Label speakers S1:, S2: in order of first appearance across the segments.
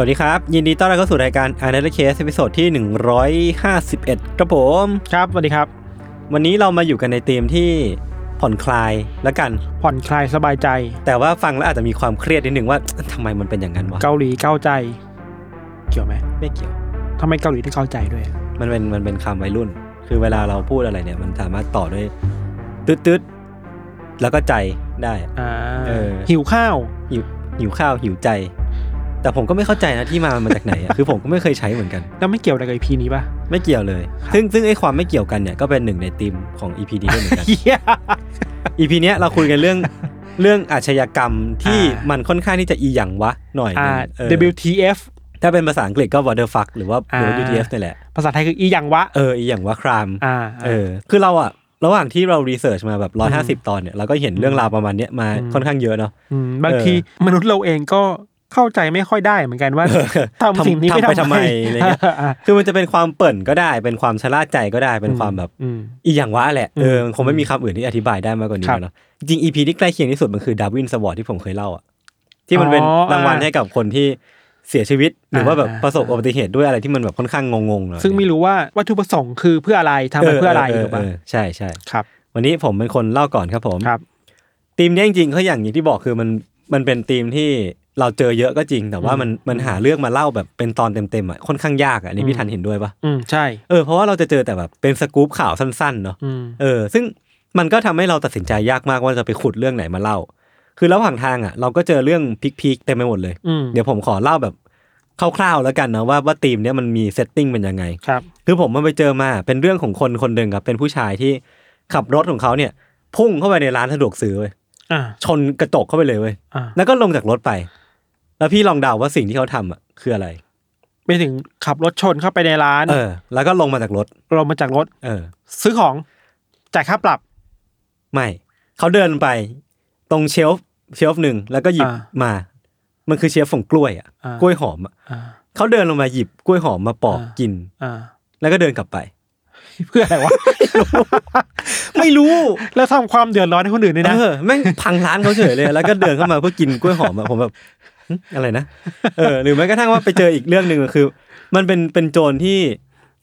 S1: สวัสดีครับ ยินดีต้อนรับเข้าสู่รายการ Untitled Case ตอนที่ 151 ครับผม
S2: ครับสวัสดีครับ
S1: วันนี้เรามาอยู่กันในธีมที่ผ่อนคลายแล้วกัน
S2: ผ่อนคลายสบายใจ
S1: แต่ว่าฟังแล้วอาจจะมีความเครียดนิดหนึ่งว่า ทำไมมันเป็นอย่างนั้นวะ
S2: เกาหลีเก้าใจ เกี่ยวไหม
S1: ไม่เกี่ยว
S2: ทำไมเกาหลีถึงเข้าใจด้วย
S1: มันเป็นมันเป็นคำวัยรุ่น คือเวลาเราพูดอะไรเนี่ย มันสามารถต่อด้วยตึ๊ดตึ๊ดแล้วก็ใจได้
S2: อ่า
S1: เออ
S2: หิวข้าว
S1: หิวหิวข้าวหิวใจ แต่ผมก็ไม่เข้าใจนะที่มามันมาจากไหนอะ คือผมก็ไม่เคยใช้เหมือนกัน
S2: แล้วไม่เกี่ยวอะไรกับอีพีนี้ ป่ะ
S1: ไม่เกี่ยวเลย ซึ่งซึ่งไอ้ความไม่เกี่ยวกันเนี่ยก็เป็นหนึ่งในธีมของ EP นี้ด้วยเห มือนกัน
S2: เหี้ย
S1: EP เนี้ยเราคุยกันเรื่องเรื่องอาชญากรรมที่
S2: อ่ามั
S1: มันค่อนข้างที่จะอีหยังวะหน่อยห
S2: อ่า
S1: นึงเออ
S2: WTF
S1: ถ้าเป็นภาษาอังกฤษก็ what the fuck หรือว่า
S2: อ่า
S1: WTF นี่แหละ
S2: ภาษาไทยคืออีหยังวะ
S1: เอออีหยังวะคราม
S2: อ่า
S1: เออคือเราอะระหว่างที่เรารีเสิร์ชมาแบบร้อยห้าสิบ150 ตอนเนี่ยเราก็เห็นเรื่องราวประมาณเนี้ยมา
S2: อืม
S1: ค่อนข้างเยอะเนาะ
S2: มบางทีมนุษย์เราเองก็เข้าใจไม่ค่อยได้เหมือนกันว่าทำสิ่งนี้
S1: ทำไปทำไมอะไรเงี้ย
S2: อ่า
S1: คือมันจะเป็นความเปิ่นก็ได้ เป็นความชะล่าใจก็ได้เป็นความแบบ
S2: อืม
S1: อีหยังวะแหละเอออ
S2: ม
S1: มันคงไม่มีคำอื่นที่อธิบายได้มากกว่านี้
S2: ครับ
S1: แล้วเนาะจริงอีพีที่ใกล้เคียงที่สุดมันคือดาวินสวอร์ดที่ผมเคยเล่าอะที่มันเป็น
S2: อ๋อ
S1: รางวัลให้กับคนที่เสียชีวิต หรือว่าแบบ
S2: อ่า
S1: ประสบอุบัติเหตุด้วยอะไรที่มันแบบค่อนข้างงงๆเนอะ
S2: ซึ่งไม่รู้ว่าวัตถุประสงค์คือเพื่ออะไรทำไปเพื่ออะไร
S1: เอ
S2: ห
S1: อ
S2: รือ
S1: เอ
S2: เปล่า
S1: อเออใช่ใช่
S2: ครับ
S1: วันนี้ผมเป็นคนเล่าก่อนครับผม
S2: ครับ
S1: ธีมเนี้ยจริงๆเขาอย่างอย่างที่บอกคือมันมันเป็นธีมที่เราเจอเยอะก็จริง แต่ว่ามันมันหาเรื่องมาเล่าแบบเป็นตอนเต็มๆอ่ะค่อนข้างยากอ่ะอันนี่พี่ทันเห็นด้วยปะ
S2: อืมใช่
S1: เออเพราะว่าเราจะเจอแต่แบบเป็นสกู๊ปข่าวสั้นๆเนาะ
S2: อืม
S1: เออซึ่งมันก็ทำให้เราตัดสินใจยากมากว่าจะไปขุดเรื่องไหนมาเล่า คือระหว่างทางอ่ะเราก็เจอเรื่องพีคๆเต็มไปหมดเลย
S2: อืม
S1: เดี๋ยวผมขอเล่าแบบคร่าวๆแล้วกันนะว่าว่าธีมเนี้ยมันมีเซตติ้งเป็นยังไง
S2: ครับ
S1: คือผมมันไปเจอมาเป็นเรื่องของคนคนหนึ่งครับเป็นผู้ชายที่ขับรถของเขาเนี่ยพุ่งเข้าไปในร้านสะดวกซื้อเว้ย
S2: อ่า
S1: ชนกระจกเข้าไปเลยเว้ย
S2: อ่า
S1: แล้วก็ลงจากรถไป แล้วพี่ลองเดาว่าสิ่งที่เขาทำอ่ะคืออะไร
S2: ไปถึงขับรถชนเข้าไปในร้าน
S1: เออ แล้วก็ลงมาจากรถ
S2: ลงมาจากรถ
S1: เออ
S2: ซื้อของจ่ายค่าปรับ
S1: ไม่ เขาเดินไป ตรงเชลฟ์เชลฟ์หนึ่งแล้วก็หยิบ
S2: อ่า
S1: มา มันคือเชลฟ์ของกล้วยอ่ะ
S2: อ่าก
S1: ล้วยหอมอ่ะ
S2: อ่า
S1: เขาเดินลงมาหยิบกล้วยหอมมาปอก
S2: อ่ากิ
S1: กิน
S2: อ่า
S1: แล้วก็เดิน กลับไป
S2: เพื่ออะไรวะ
S1: ไม่รู้
S2: แล้วทำความเดือดร้อนให้คนอื่นด้วยนะ
S1: เออแม่งพังร้านเขาเฉยเลย แล้วก็เดินเข้ามาเพื่อ กินกล้วยหอมอะผมแบบหึอะไรนะเออหรือแม้กระทั่งว่าไปเจออีกเรื่องหนึ่งคือ มันเป็นเป็นโจรที่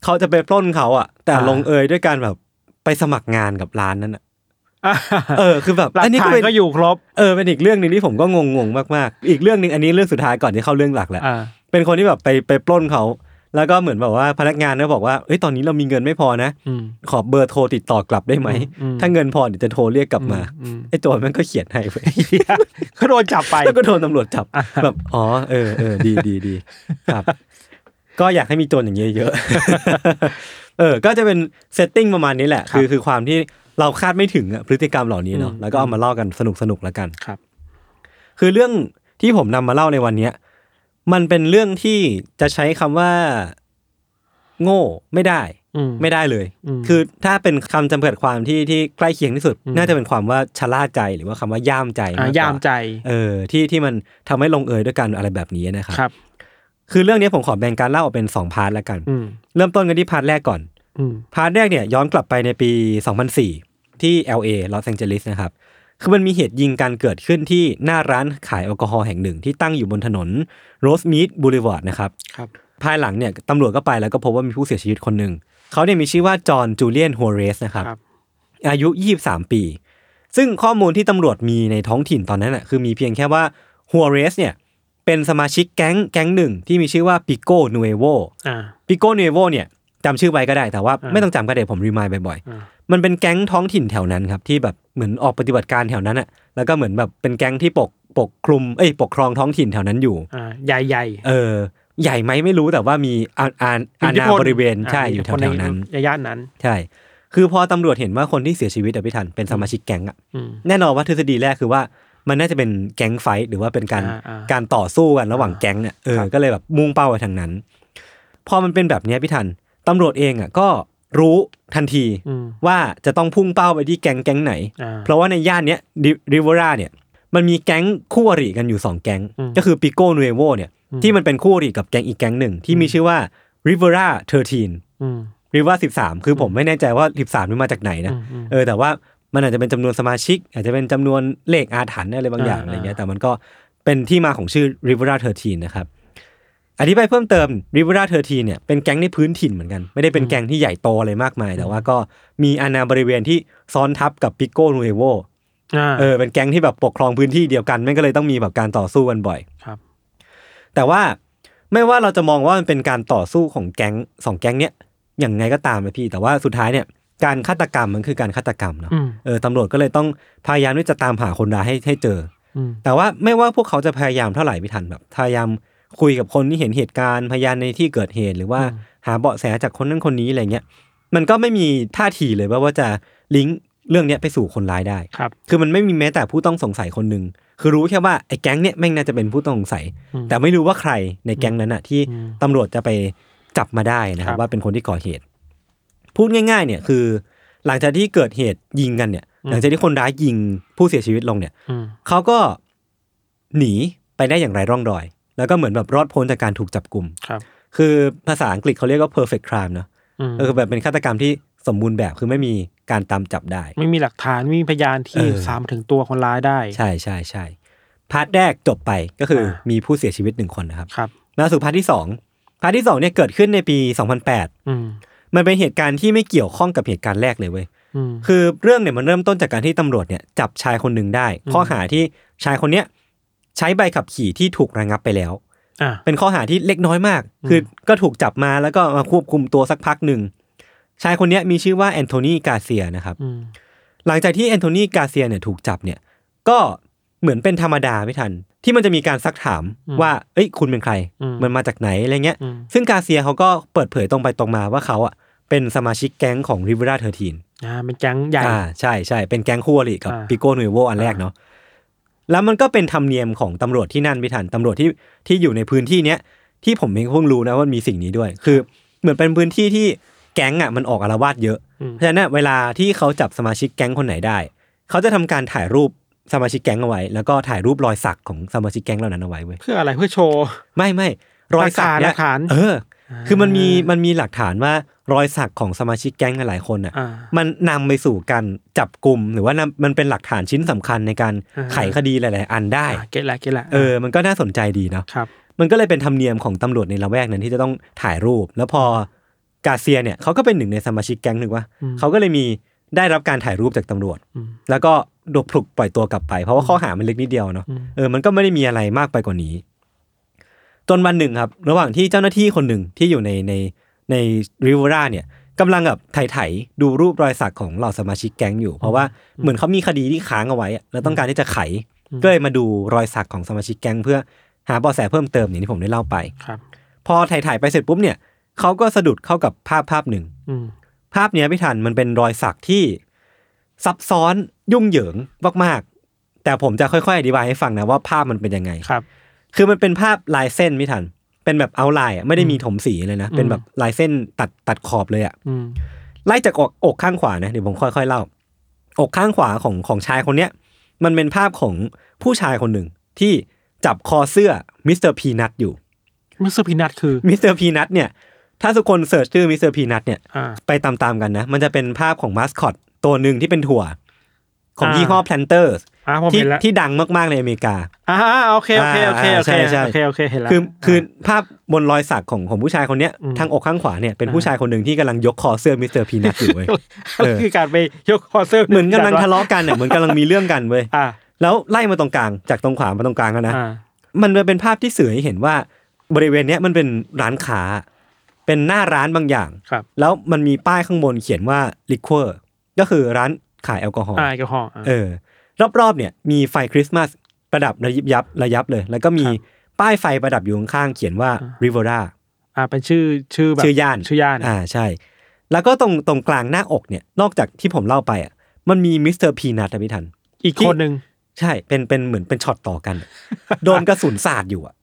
S1: เขาจะไปปล้นเขาอะแต่ลงเอยด้วยการแบบไปสมัครงานกับร้านนั้นอะ
S2: อ่า
S1: เออคือแบบ
S2: หลัก
S1: อันนี้
S2: ฐา
S1: ก็
S2: น
S1: เป็น
S2: ก็อยู่ครบ
S1: เออเป็นอีกเรื่องหนึ่งที่ผมก็งงงๆมากๆ อีกเรื่องหนึ่งอันนี้เรื่องสุดท้ายก่อนที่เข้าเรื่องหลักแหละ
S2: อ่า
S1: เป็นคนที่แบบไปไปปล้นเขา แล้วก็เหมือนแบบว่าพนักงานก็บอกว่าเอ้ยตอนนี้เรามีเงินไม่พอนะ
S2: อืม
S1: ขอเบอร์โทรติดต่อกลับได้ไหม
S2: อืม
S1: ถ้าเงินพอเดี๋ยวจะโทรเรียกกลับมา
S2: อืม
S1: ไอ้โจรมันก็เขียนให้เว้ย
S2: ก็โดนจับไป
S1: แล้วก็โดนตำรวจจับ
S2: อ่ะ
S1: แบบ อ๋อ เออเออดีดีดีครับ ก็อยากให้มีโจรอย่างเงี้ยเยอะ เออ ก็จะเป็นเซตติ้งประมาณนี้แหละ คือคือความที่เราคาดไม่ถึงอะพฤติกรรมเหล่านี้เนาะ แล้วก็เอามาเล่ากันสนุกสนุกแล้วกัน
S2: ครับ
S1: คือเรื่องที่ผมนำมาเล่าในวันเนี้ย มันเป็นเรื่องที่จะใช้คำว่า โง่ไม่ได้
S2: อืม
S1: ไม่ได้เลย
S2: อืม
S1: คือถ้าเป็นคำจำกัดความที่ที่ใกล้เคียงที่สุด
S2: อืม
S1: น่าจะเป็นความว่าชะล่าใจหรือว่าคำว่าย่ามใจ
S2: อ่าก
S1: กว่
S2: ยามใจ
S1: เออที่ที่มันทำให้ลงเอยด้วยกันอะไรแบบนี้นะค
S2: ค
S1: รั
S2: รับ บ
S1: คือเรื่องนี้ผมขอแบ่งการเล่าออกเป็นสองพาร์ทแล้วกัน
S2: อืม
S1: เริ่มต้นกันที่พาร์ทแรกก่อน
S2: อืม
S1: พาร์ทแรกเนี่ยย้อนกลับไปในปี 2004 ที่ LA ลอสแองเจลิสนะครับ คือมันมีเหตุยิงการเกิดขึ้นที่หน้าร้านขายแอลกอฮอล์แห่งหนึ่งที่ตั้งอยู่บนถนนโรสมีดบูลิวอร์ดนะครับ
S2: ครับ
S1: ภายหลังเนี่ยตำรวจก็ไปแล้วก็พบว่ามีผู้เสียชีวิตคนหนึ่ง เขาเนี่ยมีชื่อว่าจอห์นจูเลียนฮัวเรสนะครับ
S2: ครับ
S1: อายุ 23 ปี ซึ่งข้อมูลที่ตำรวจมีในท้องถิ่นตอนนั้นน่ะคือมีเพียงแค่ว่าฮัวเรสเนี่ยเป็นสมาชิกแก๊งแก๊งหนึ่งที่มีชื่อว่าปิโก้นูเอโว
S2: อ่า
S1: ปิโก้นูเอโวเนี่ย จำชื่อไว้ก็ได้แต่ว่า
S2: อ่า
S1: ไม่ต้องจำก็ได้ผมรีมายบ่อย
S2: อ่า
S1: ๆ มันเป็นแก๊งท้องถิ่นแถวนั้นครับที่แบบเหมือนออกปฏิบัติการแถวนั้นอะแล้วก็เหมือนแบบเป็นแก๊งที่ปกปกคลุมเอ้ยปกครองท้องถิ่นแถวนั้นอยู่
S2: อ่าใหญ่ใหญ่
S1: เออ ใหญ่ไหมไม่รู้แต่ว่ามีอาอาอาณาบริเวณใช่อยู่แถวๆนั้น
S2: ย่านนั้น
S1: ใช่ คือพอตำรวจเห็นว่าคนที่เสียชีวิตอะพี่ทันเป็นสมาชิกแก๊งอะ
S2: อืม
S1: แน่นอนว่าทฤษฎีแรกคือว่ามันน่าจะเป็นแก๊งไฟท์หรือว่าเป็นการ
S2: อ่าอ่า
S1: การต่อสู้กันระหว่างแก๊งเนี่ยเออ
S2: ครับ
S1: ก็เลยแบบมุ่งเป้าไปทางนั้น พอมันเป็นแบบเนี้ยพี่ทันตำรวจเองอะก็รู้ทันที
S2: อืม
S1: ว่าจะต้องพุ่งเป้าไปที่แก๊งแก๊งไหน
S2: อ่า
S1: เพราะว่าในย่านเนี้ยริเวอร่าเนี่ยมันมีแก๊งคู่อริกันอยู่สองแก๊ง
S2: อืม
S1: ก็คือปิโก้นูเอโวเนี่ย
S2: อืม
S1: ที่มันเป็นคู่อริกับแก๊งอีกแก๊งหนึ่งที่มีชื่อว่าริเวอร่าเทอร์ทีน
S2: อืม
S1: ริว่าสิบสามคือผมไม่แน่ใจว่าสิบสามนี่มาจากไหนนะ
S2: อืมอืม
S1: เออแต่ว่ามันอาจจะเป็นจำนวนสมาชิก อาจจะเป็นจำนวนเลขอาถรรพ์อะไรบางอย่าง
S2: อ่า
S1: อะไรเงี้ยแต่มันก็เป็นที่มาของชื่อ Rivera 13 นะครับ อธิบายเพิ่มเติม Rivera 13 เนี่ยเป็นแก๊งในพื้นถิ่นเหมือนกัน ไม่ได้เป็นแก๊งที่ใหญ่โตอะไรมากมาย แต่ว่าก็มีอาณาบริเวณที่ซ้อนทับกับปิโก้นูเอโว
S2: อ่า
S1: เออเป็นแก๊งที่แบบปกครองพื้นที่เดียวกันแม่งก็เลยต้องมีแบบการต่อสู้กันบ่อย
S2: ครับ
S1: แต่ว่าไม่ว่าเราจะมองว่ามันเป็นการต่อสู้ของแก๊งสองแก๊งเนี้ยอย่างไงก็ตามนะพี่ แต่ว่าสุดท้ายเนี่ยการฆาตกรรมมันคือการฆาตกรรมเนาะ
S2: อืม
S1: เออตำรวจก็เลยต้องพยายามที่จะตามหาคนร้ายให้ให้เจอ
S2: อืม
S1: แต่ว่าไม่ว่าพวกเขาจะพยายามเท่าไหร่พี่ทันแบบพยายามคุยกับคนที่เห็นเหตุการณ์พยานในที่เกิดเหตุ หรือว่าหาเบาะแสจากคนนั้นคนนี้อะไรเงี้ยมันก็ไม่มีท่าทีเลยว่าว่าจะลิงก์เรื่องเนี้ยไปสู่คนร้ายได้
S2: ครับ
S1: คือมันไม่มีแม้แต่ผู้ต้องสงสัยคนหนึ่ง คือรู้แค่ว่าไอ้แก๊งเนี่ยแม่งน่าจะเป็นผู้ต้องสงสัย
S2: อืม
S1: แต่ไม่รู้ว่าใครในแก๊งนั้นอะที่
S2: อืม
S1: ตำรวจจะไปจับมาได้นะครับ
S2: ครับ
S1: ว่าเป็นคนที่ก่อเหตุ พูดง่าย ๆ เนี่ยคือ หลังจากที่เกิดเหตุยิงกันเนี่ย
S2: อืม
S1: หลังจากที่คนร้ายยิงผู้เสียชีวิตลงเนี่ย
S2: อืม
S1: เขาก็หนีไปได้อย่างไร้ร่องรอย แล้วก็เหมือนแบบรอดพ้นจากการถูกจับกลุ่ม
S2: ครับ
S1: คือภาษาอังกฤษเขาเรียกว่า perfect crime เนอะ
S2: อืม
S1: เออแบบเป็นฆาตกรรมที่สมบูรณ์แบบคือไม่มีการตามจับได้
S2: ไม่มีหลักฐานไม่มีพยานที่
S1: เออ
S2: สามถึงตัวคนร้ายได้
S1: ใช่ใช่ใช่พาร์ทแรกจบไปก็คืออา มีผู้เสียชีวิตหนึ่งคนนะครับ
S2: ครับ
S1: มาสู่พาร์ทที่สองพาร์ทที่สองเนี่ยเกิดขึ้นในปี 2008
S2: อืม
S1: มันเป็นเหตุการณ์ที่ไม่เกี่ยวข้องกับเหตุการณ์แรกเลยเว้ย
S2: อืม
S1: คือเรื่องเนี่ยมันเริ่มต้นจากการที่ตำรวจเนี่ยจับชายคนหนึ่งได้
S2: อืม
S1: ข้อหาที่ชายคนเนี้ยใช้ใบขับขี่ที่ถูกระงับไปแล้ว
S2: อ่า
S1: เป็นข้อหาที่เล็กน้อยมาก คือก็ถูกจับมาแล้วก็มาควบคุมตัวสักพักหนึ่งชายคนเนี้ยมีชื่อว่าแอนโทนีกาเซียนะครับ
S2: อืม
S1: หลังจากที่แอนโทนีกาเซียเนี่ยถูกจับเนี่ยก็เหมือนเป็นธรรมดาไม่ทัน ที่มันจะมีการซักถาม
S2: อืม
S1: ว่า เอ้ย คุณเป็นใคร
S2: อืม
S1: มันมาจากไหนอะไรเงี้ย
S2: อืม
S1: ซึ่งกาเซียเขาก็เปิดเผยตรงไปตรงมาว่าเขาอ่ะเป็นสมาชิกแก๊งของริเวราเทอร์ทีน
S2: อ่าเป็นแก๊งใหญ่
S1: อ่าใช่ใช่เป็นแก๊งคู่อริกับ
S2: อ่า
S1: ปิโก้นูเวโวอันแรก
S2: อ่า
S1: เนาะแล้วมันก็เป็นธรรมเนียมของตำรวจที่นั่นไม่ทันตำรวจที่ที่อยู่ในพื้นที่เนี้ยที่ผมเองเพิ่งรู้นะว่ามีสิ่งนี้ด้วย คือเหมือนเป็นพื้นที่ที่แก๊งอ่ะมันออกอาละวาดเยอะ
S2: อืม
S1: เพราะฉะนั้นนะเวลาที่เขาจับสมาชิกแก๊งคนไหนได้ เขาจะทำการถ่ายรูปสมาชิกแก๊งเอาไว้ แล้วก็ถ่ายรูปรอยสักของสมาชิกแก๊งเหล่านั้นเอาไว้เว้ย
S2: เพื่ออะไรเพื่อโชว์
S1: ไม่ไม่รอยสัก
S2: ห
S1: เนี่ย
S2: ลักฐานหลักฐาน
S1: เออ คือมันมีมันมีหลักฐานว่ารอยสักของสมาชิกแก๊งหลายๆคนอ่ะ
S2: อ่า
S1: มันนำไปสู่การจับกลุ่มหรือว่านำมันเป็นหลักฐานชิ้นสำคัญในการ
S2: อ่า
S1: ไขคดีหลายๆ อันได้
S2: อ่าเก็ตละเก็ตละ
S1: เออ มันก็น่าสนใจดีเนาะ
S2: ครับ
S1: มันก็เลยเป็นธรรมเนียมของตำรวจในละแวกนั้นที่จะต้องถ่ายรูป แล้วพอกาเซียเนี่ยเขาก็เป็นหนึ่งในสมาชิกแก๊งหนึ่งว่า
S2: อืม
S1: เขาก็เลยมีได้รับการถ่ายรูปจากตำรวจ
S2: อืม
S1: แล้วก็โดนปลุกปล่อยตัวกลับไป เพราะว่าข้อหามันเล็กนิดเดียวเนาะ
S2: อืม
S1: เออมันก็ไม่ได้มีอะไรมากไปกว่านี้ จนวันหนึ่งครับ ระหว่างที่เจ้าหน้าที่คนหนึ่งที่อยู่ในในในริเวอร่าเนี่ยกำลังแบบไถ่ายๆดูรูปรอยสักของเหล่าสมาชิกแก๊งอยู่ เพราะว่าเหมือนเขามีคดีที่ค้างเอาไว้อะแล้วต้องการที่จะไข ก็เลยมาดูรอยสักของสมาชิกแก๊งเพื่อหาเบาะแสเพิ่มเติมอย่างที่ผมได้เล่าไป
S2: ครับ
S1: พอถ่ายถ่ายๆไปเสร็จปุ๊บเนี่ยเขาก็สะดุดเข้ากับภาพภาพหนึ่ง
S2: อืม
S1: ภาพเนี้ยพี่ทันมันเป็นรอยสักที่ซับซ้อนยุ่งเหยิงมากๆ แต่ผมจะค่อยๆ อธิบายให้ฟังนะว่าภาพมันเป็นยังไง
S2: ครับ
S1: คือมันเป็นภาพลายเส้นพี่ทัน เป็นแบบเอาลายไม่ได้มีถมสีเลยนะ เป็นแบบลายเส้นตัดตัดขอบเลยอะ
S2: อืม
S1: ไล่จากอกอกข้างขวานะเดี๋ยวผมค่อยๆเล่า อกข้างขวาของของชายคนเนี้ยมันเป็นภาพของผู้ชายคนหนึ่งที่จับคอเสื้อมิสเตอร์พีนัทอยู่
S2: มิสเตอร์พีนัทคือ
S1: มิสเตอร์พีนัทเนี่ยถ้าทุกคนเสิร์ชชื่อมิสเตอร์พีนัทเนี่ย
S2: อ่า
S1: ไปตามๆกันนะ มันจะเป็นภาพของมาสคอตตัวหนึ่งที่เป็นถั่ว ของ
S2: อ่ายี่
S1: ยี่ห้อ Planters
S2: อ่าผม
S1: ที่
S2: เห็นแล้ว
S1: ที่ดังมากๆในอเมริกา
S2: อ่าอ่าโอเคโอเคโอเคโอ
S1: อ่า
S2: เค
S1: ใช่ใช่
S2: โอเคโอเคเห็นแล้ว
S1: คือคือภาพบนรอยสักของของผู้ชายคนเนี้ย
S2: อืม
S1: ทางอกข้างขวาเนี่ยเป็นผู้ชายคนหนึ่งที่กำลังยกคอเสื้อมิสเตอร์พีนัทอยู่ เว้ย
S2: อ่า
S1: เออ
S2: คือการไปยกคอเสื้อ
S1: เหมือนกำลังทะเลาะกันเนี่ยเหมือนกำลังมีเรื่องกันเว้ย
S2: อ่า
S1: แล้วไล่มาตรงกลางจากตรงขวามาตรงกลางแล้วนะ
S2: อ่า
S1: มันเป็นภาพที่สื่อให้เห็นว่าบริเวณเนี้ยมันเป็นร้านค้า เป็นหน้าร้านบางอย่าง
S2: ครับ
S1: แล้วมันมีป้ายข้างบนเขียนว่าลิควอร์ก็คือร้านขายแอลกอฮอล์
S2: อ่าแอลกอฮอล์อ่ะ
S1: เออ รอบๆเนี่ยมีไฟคริสต์มาสประดับระยิบยับระยับเลย แล้วก็มี
S2: ครับ
S1: ป้ายไฟประดับอยู่ข้างๆเขียนว่า
S2: อ่า
S1: ริเวอร่า
S2: อ่าเป็นชื่อชื่อแบบ
S1: ชื่อย่าน
S2: ชื่อย่าน
S1: อ่าใช่ แล้วก็ตรงตรงกลางหน้าอกเนี่ยนอกจากที่ผมเล่าไปอ่ะมันมีมิสเตอร์พีนัทอะพี่ทัน
S2: อีก
S1: ที่
S2: คนหนึ่ง
S1: ใช่เป็นเป็นเหมือนเป็นช็อตต่อกัน โดนกระสุนสาดอยู่อ่ะ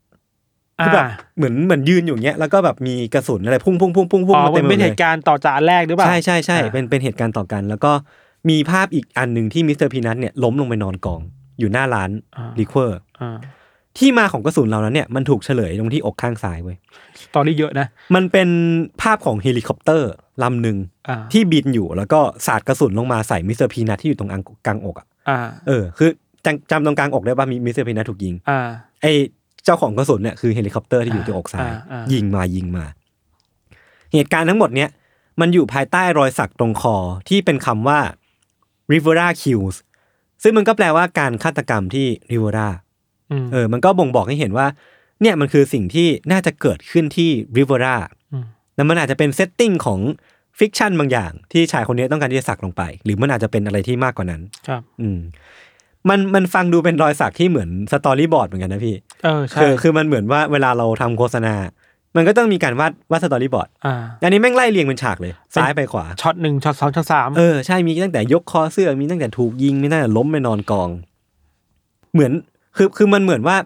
S2: อ่า
S1: คือแบบเหมือนเหมือนยืนอยู่เงี้ยแล้วก็แบบมีกระสุนอะไรพุ่งพุ่งพุ่งพุ่งพุ่ง
S2: อ๋อ
S1: มาเต็มไป
S2: เป็น
S1: หม
S2: เห
S1: ดเลย
S2: ตุการณ์ต่อจากอันแรกหรือเปล่า
S1: ใช่ใช่ใช่
S2: อ่า
S1: เป็นเป็นเหตุการณ์ต่อกัน แล้วก็มีภาพอีกอันหนึ่งที่มิสเตอร์พีนัทเนี่ยล้มลงไปนอนกอง อยู่หน้าร้าน
S2: อ่า
S1: ลิควอร์
S2: อ่า
S1: ที่มาของกระสุนเหล่านั้นเนี่ยมันถูกเฉลยตรงที่อกข้างซ้ายเว้ย
S2: สตอรี่เยอะนะ
S1: มันเป็นภาพของเฮลิคอปเตอร์ลำหนึ่ง
S2: อ่า
S1: ที่บินอยู่แล้วก็สาดกระสุนลงมาใส่มิสเตอร์พีนัทที่อยู่ตรงอังกลางอกอ่ะ
S2: อ่า
S1: เออคือจำจำตรงกลางอกได้ป่ะมีมิสเตอร์พีนัทถูกยิง
S2: อ่า
S1: ไอเจ้าของกระสุนเนี่ยคือเฮลิคอปเตอร์ที่อยู่ตรงอกซ้าย
S2: อ่าอ่า
S1: ยิงมายิงมา เหตุการณ์ทั้งหมดเนี้ยมันอยู่ภายใต้รอยสักตรงคอที่เป็นคำว่า Rivera kills ซึ่งมันก็แปลว่าการฆาตกรรมที่ Rivera
S2: อืม
S1: เออ มันก็บ่งบอกให้เห็นว่า เนี่ยมันคือสิ่งที่น่าจะเกิดขึ้นที่ Rivera
S2: ม
S1: แล้วมันอาจจะเป็นเซตติ้งของฟิกชันบางอย่าง ที่ชายคนนี้ต้องการที่จะสักลงไป หรือมันอาจจะเป็นอะไรที่มากกว่านั้น
S2: ครับ
S1: อืม มันมันฟังดูเป็นรอยสักที่เหมือนสตอรี่บอร์ดเหมือนกันนะพี่
S2: เออใช่
S1: คือคือมันเหมือนว่าเวลาเราทำโฆษณา มันก็ต้องมีการวาดวาดสตอรี่บอร์ด
S2: อ่า
S1: อันนี้แม่งไล่เรียงเป็นฉากเลย ซ้ายไปขวา
S2: ช็อตหนึ่งช็อตสองช็อตสาม
S1: เออ ใช่มีตั้งแต่ยกคอเสื้อมีตั้งแต่ถูกยิงมีตั้งแต่ล้มไปนอนกอง เหมือนคือคือมันเหมือนว่า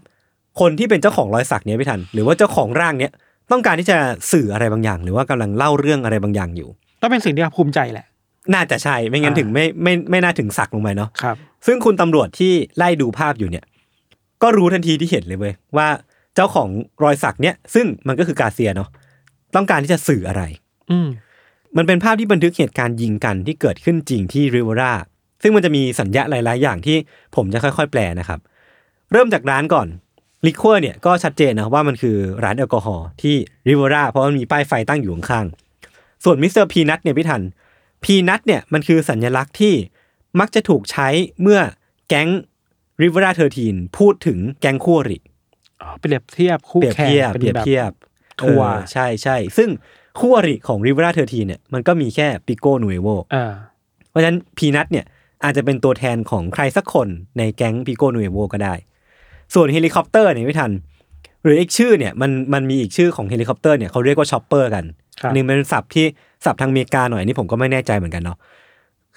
S1: คนที่เป็นเจ้าของรอยสักเนี้ยพี่ทัน หรือว่าเจ้าของร่างเนี้ยต้องการที่จะสื่ออะไรบางอย่าง หรือว่ากำลังเล่าเรื่องอะไรบางอย่างอยู่
S2: ต้องเป็นสิ่งที่ภูมิใจแหละ
S1: น่าจะใช่ไม่งั้น
S2: อ่า
S1: ถึงไม่ไม่ไม่น่าถึงสักลงไปเนาะ
S2: ครับ
S1: ซึ่งคุณตำรวจที่ไล่ดูภาพอยู่เนี่ย ก็รู้ทันทีที่เห็นเลยเว้ยว่าเจ้าของรอยสักเนี่ย ซึ่งมันก็คือกาเซียเนาะต้องการที่จะสื่ออะไร
S2: อืม
S1: มันเป็นภาพที่บันทึกเหตุการณ์ยิงกันที่เกิดขึ้นจริงที่ริเวอร่าซึ่งมันจะมีสัญญาหลาย ๆ อย่างที่ผมจะค่อย ๆ แปลนะครับ เริ่มจากร้านก่อนลิควอร์เนี่ยก็ชัดเจนนะว่ามันคือร้านแอลกอฮอล์ที่ริเวอร่าเพราะมันมีป้ายไฟตั้งอยู่ข้างๆส่วนมิสเตอร์พีนัทเนี่ยพี่ทันพีนัทเนี่ยมันคือสัญลักษณ์ที่มักจะถูกใช้เมื่อแก๊งริเวอร่าเทอร์ทีนพูดถึงแก๊งคู่อริ
S2: อ๋อเปรียบเทียบคู่
S1: เปรียบ
S2: แข่ง
S1: เทียบ
S2: เป็น
S1: เปรียบ
S2: แบบ
S1: เทียบ
S2: ทัวร์
S1: เออใช่ใช่ซึ่งคู่อริของริเวราเทอร์ทีเนี่ยมันก็มีแค่ปิโกนูเอโว
S2: เออ
S1: เพราะฉะนั้นพีนัทเนี่ยอาจจะเป็นตัวแทนของใครสักคนในแก๊งปิโกนูเอโวก็ได้ ส่วนเฮลิคอปเตอร์เนี่ยไม่ทัน หรืออีกชื่อเนี่ยมันมันมีอีกชื่อของเฮลิคอปเตอร์เนี่ยเขาเรียกว่าชอปเปอร์กัน
S2: ครับ
S1: อันนี่เป็นศัพท์ที่ศัพท์ทางอเมริกาหน่อยอันนี่ผมก็ไม่แน่ใจเหมือนกันเนาะ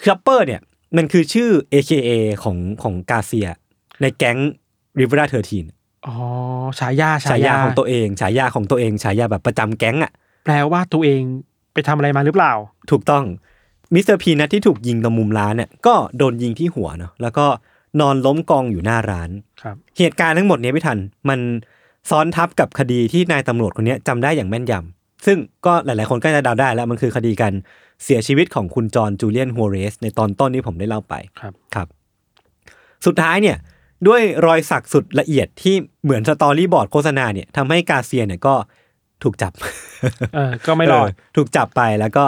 S1: ชอปเปอร์เนี่ยมันคือชื่อ AKA ของของกาเซีย ในแก๊งริเวราเทอร์ทีน
S2: อ๋อฉายา
S1: ฉายาของตัวเองฉายาของตัวเองฉายาแบบประจำแก๊งอะ
S2: แปลว่าตัวเองไปทำอะไรมาหรือเปล่า
S1: ถูกต้องมิสเตอร์พีนัทที่ถูกยิงตรงมุมร้านเนี่ยก็โดนยิงที่หัวเนาะแล้วก็นอนล้มกองอยู่หน้าร้าน
S2: ครับ
S1: เหตุการณ์ทั้งหมดเนี้พี่ทัน มันซ้อนทับกับคดีที่นายตำรวจคนเนี้ยจำได้อย่างแม่นยำซึ่งก็หลายๆ คนก็จะเดาได้แล้วมันคือคดีการเสียชีวิตของคุณจอห์นจูเลียนฮัวเรสในตอนต้นที่ผมได้เล่าไป
S2: ครับ
S1: ครับ สุดท้ายเนี่ยด้วยรอยสักสุดละเอียดที่เหมือนสตอรี่บอร์ดโฆษณาเนี่ยทำให้กาเซียเนี่ยก็ถูกจับ
S2: เออ ก็ไม่รอด
S1: เถูกจับไปแล้วก็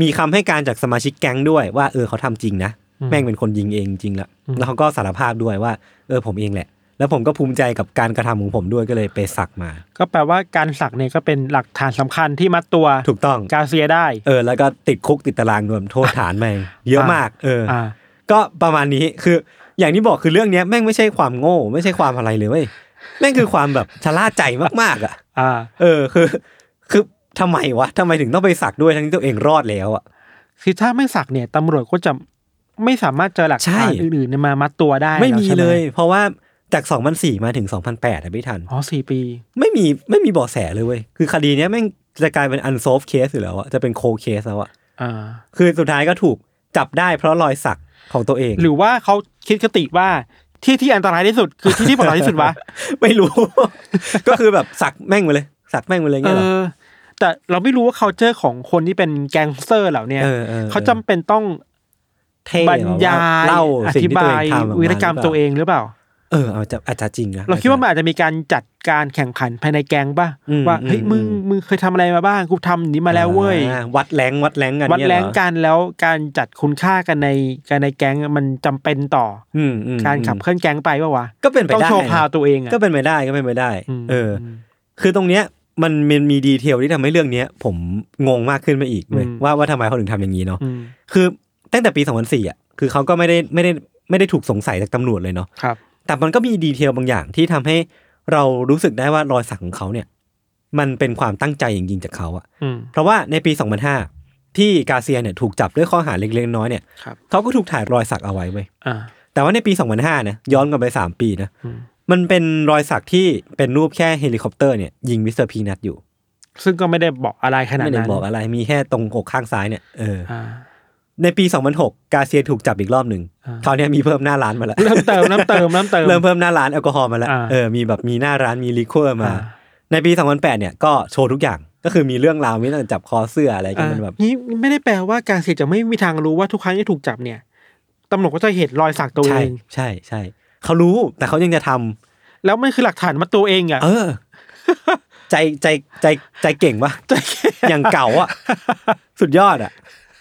S1: มีคำให้การจากสมาชิกแก๊งด้วยว่าเออเขาทำจริงนะ
S2: อืม
S1: แม่งเป็นคนยิงเองจริงแล้ว
S2: อืม
S1: แล้วเขาก็สารภาพด้วยว่าเออผมเองแหละ แล้วผมก็ภูมิใจกับการกระทำของผมด้วยก็เลยไปสักมา
S2: ก็แปลว่าการสักเนี่ยก็เป็นหลักฐานสำคัญที่มัดตัว
S1: ถูกต้อง
S2: กาเซียได้
S1: เออแล้วก็ติดคุกติดตารางรวมโทษฐานไปเยอะมากเอออ
S2: อ่า
S1: ก็ประมาณนี้คืออย่างที่บอกคือเรื่องเนี้ยแม่งไม่ใช่ความโง่ ไม่ใช่ความอะไรเลยเว้ยแม่งคือความแบบชะล่าใจมากๆอ่ะ
S2: อ่า
S1: เออคือ คือทำไมวะทำไมถึงต้องไปสักด้วยทั้งที่ตัวเองรอดแล้วอ่ะ
S2: คือถ้าไม่สักเนี่ยตำรวจก็จะไม่สามารถเจอหลัก
S1: ใช่
S2: ฐานอื่นๆเนี่ยมามัดตัวได้
S1: ไม่มี
S2: แวใช่ห
S1: เลย เพราะว่าจาก 2004 มาถึง 2008นะพี่ทัน
S2: อ๋อสี่ปี
S1: ไม่มีไม่มีเบาะแสเลยเว้ย คือคดีเนี้ยแม่งจะกลายเป็น unsolved case อยู่แล้วอะจะเป็น cold case แล้วอะ
S2: อ่า
S1: คือสุดท้ายก็ถูกจับได้เพราะรอยสักของตัวเอง
S2: หรือว่าเขาคิดคติว่าที่ที่อันตรายที่สุดคือที่ที่ปลอดภัยที่สุดวะ
S1: ไม่รู้ ก็คือแบบสักแม่งไปเลย สักแม่งไปเลย
S2: เอ
S1: เงี้ยเห รอ
S2: อ แต่เราไม่รู้ว่า c u เจอร์ของคนที่เป็นแก๊งสเตอร์เหล่าเนี้ย
S1: เออเออ
S2: เขาจำเป็นต้อง
S1: เท่
S2: บรรยาย
S1: เล่า
S2: อ
S1: สิ่ง
S2: ธิ
S1: ที่ตัว
S2: บา
S1: เอย งทำออา
S2: วีรกรรมตัวเองหรือเปล่า
S1: เออเอาจะอาจจะจริงนะ
S2: เราคิดว่ามันอาจจะมีการจัดการแข่งขันภายในแก๊งป่ะ
S1: อืม
S2: ว่าเฮ้ย
S1: อืม
S2: มึงมึงเคยทำอะไรมาบ้างกูทำอย่างนี้มาแล้วเว้ย
S1: อ่าวัดแรงวัดแรงกัน
S2: วัด
S1: เนี่ย
S2: แรง
S1: เหอ
S2: กันแล้วการจัดคุณค่ากันในกันในแก๊งมันจำเป็นต่อ
S1: อืมอื
S2: อ
S1: ม
S2: การขับเคลื่อนแก๊งไปป่าวะ
S1: ก็เป็นไป
S2: ต้อง
S1: ได้
S2: โชว์
S1: นะ
S2: พาวตัวเองอะ
S1: ก็เป็นไปได้ก็เป็นไปได้
S2: ม
S1: เออ คือตรงเนี้ย มันมันมีดีเทลที่ทำให้เรื่องเนี้ย ผมงงมากขึ้นไปอีกเลย
S2: อืม
S1: ว่าว่าทำไมเขาถึงทำอย่างนี้เนาะ
S2: อืม
S1: คือตั้งแต่ปี 2004อ่ะคือเขาก็ไม่ได้ไม่ได้ไม่ได้ถูกสงสัยจากตำรวจเลยเนาะ
S2: ครับ
S1: แต่มันก็มีดีเทลบางอย่างที่ทำให้เรารู้สึกได้ว่ารอยสักของเขาเนี่ย มันเป็นความตั้งใจจริงๆจากเขาอะ
S2: อืม
S1: เพราะว่าในปี 2005 ที่กาเซียเนี่ยถูกจับด้วยข้อหาเล็กๆน้อยๆเนี่ย
S2: ครับ
S1: เขาก็ถูกถ่ายรอยสักเอาไว้เว้ย
S2: อ่า
S1: แต่ว่าในปี 2005นะย้อนกลับไป 3 ปีนะ
S2: อืม
S1: มันเป็นรอยสักที่เป็นรูปแค่เฮลิคอปเตอร์เนี่ยยิงมิสเตอร์พีนัทอยู่
S2: ซึ่งก็ไม่ได้บอกอะไรขนาด
S1: ไม่ได้
S2: นั้น
S1: บอกอะไรมีแค่ตรงอกข้างซ้ายเนี่ยเออ
S2: อ่า
S1: ในปี 2006 กาเซียถูกจับอีกรอบหนึ่ง
S2: อ่า
S1: คราวเนี้ยมีเพิ่มหน้าร้านมาแล้ว
S2: เริ่มเติมเริ่มเติมเริ่มเติม
S1: เริ่มเพิ่มหน้าร้านแอลกอฮอล์มาแล้ว
S2: อ่า
S1: เออมีแบบมีหน้าร้านมีลิควอร์มา
S2: อ่า
S1: ในปี 2008เนี่ยก็โชว์ทุกอย่างก็คือมีเรื่องราวมีตั้งแต่จับคอเสื้ออะไรกันมันแบบ
S2: อ่านี่ไม่ได้แปลว่าการเสียจะไม่มีทางรู้ว่าทุกครั้งที่ถูกจับเนี่ยตำรวจก็จะเห็นรอยสักตัวเอ
S1: ใช่
S2: ง
S1: ใช่ใช่เขารู้แต่เขายังจะทำ
S2: แล้วมันคือหลักฐานมาตัวเองอ่ะ
S1: เออ ใจใจใจใจเก่งปะ
S2: ใจแค่
S1: อย่างเก่า อ่ะ สุดยอดอ่ะ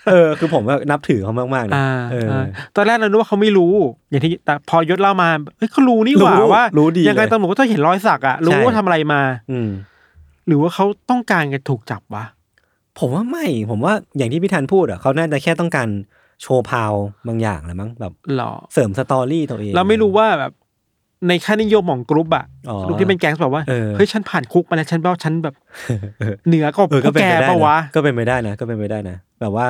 S1: เออ คือผมว่านับถือเขามากๆนะ
S2: อ่า
S1: เออ
S2: อ่าตอนแรกเรานึกว่าเขาไม่รู้ อย่างที่แต่พอยศเล่ามาเอ้ยเขารู้นี่หว่า
S1: รู้
S2: ว่า
S1: รู้ดี
S2: ยังไง
S1: เลย
S2: ตำรวจก็ต้องเห็นรอยสักอ่ะรู้
S1: ใช่
S2: ว่าทำอะไรมา
S1: อืม
S2: หรือว่าเขาต้องการจะถูกจับวะ
S1: ผมว่าไม่ ผมว่าอย่างที่พี่ธันพูดอ่ะเขาน่าจะแค่ต้องการโชว์พาวบางอย่างแหละมั้งแบบ
S2: หรอ
S1: เสริมสตอรี่ตัวเอง
S2: เราไม่รู้ว่าแบบในค่านิยมของกรุ๊ปอ่ะ
S1: อ๋อก
S2: รุ๊ปที่เป็นแก๊งแบบว่า
S1: เออ
S2: เฮ้ยฉันผ่านคุกมาแล้วฉันแบบฉันแบบ
S1: เออ
S2: เหนือกว่า
S1: เออ
S2: พ
S1: ก็
S2: วก
S1: เป็น
S2: แก
S1: ไปได้
S2: ปะวะ
S1: นะก็เป็นไปได้นะก็เป็นไปได้นะแบบว่า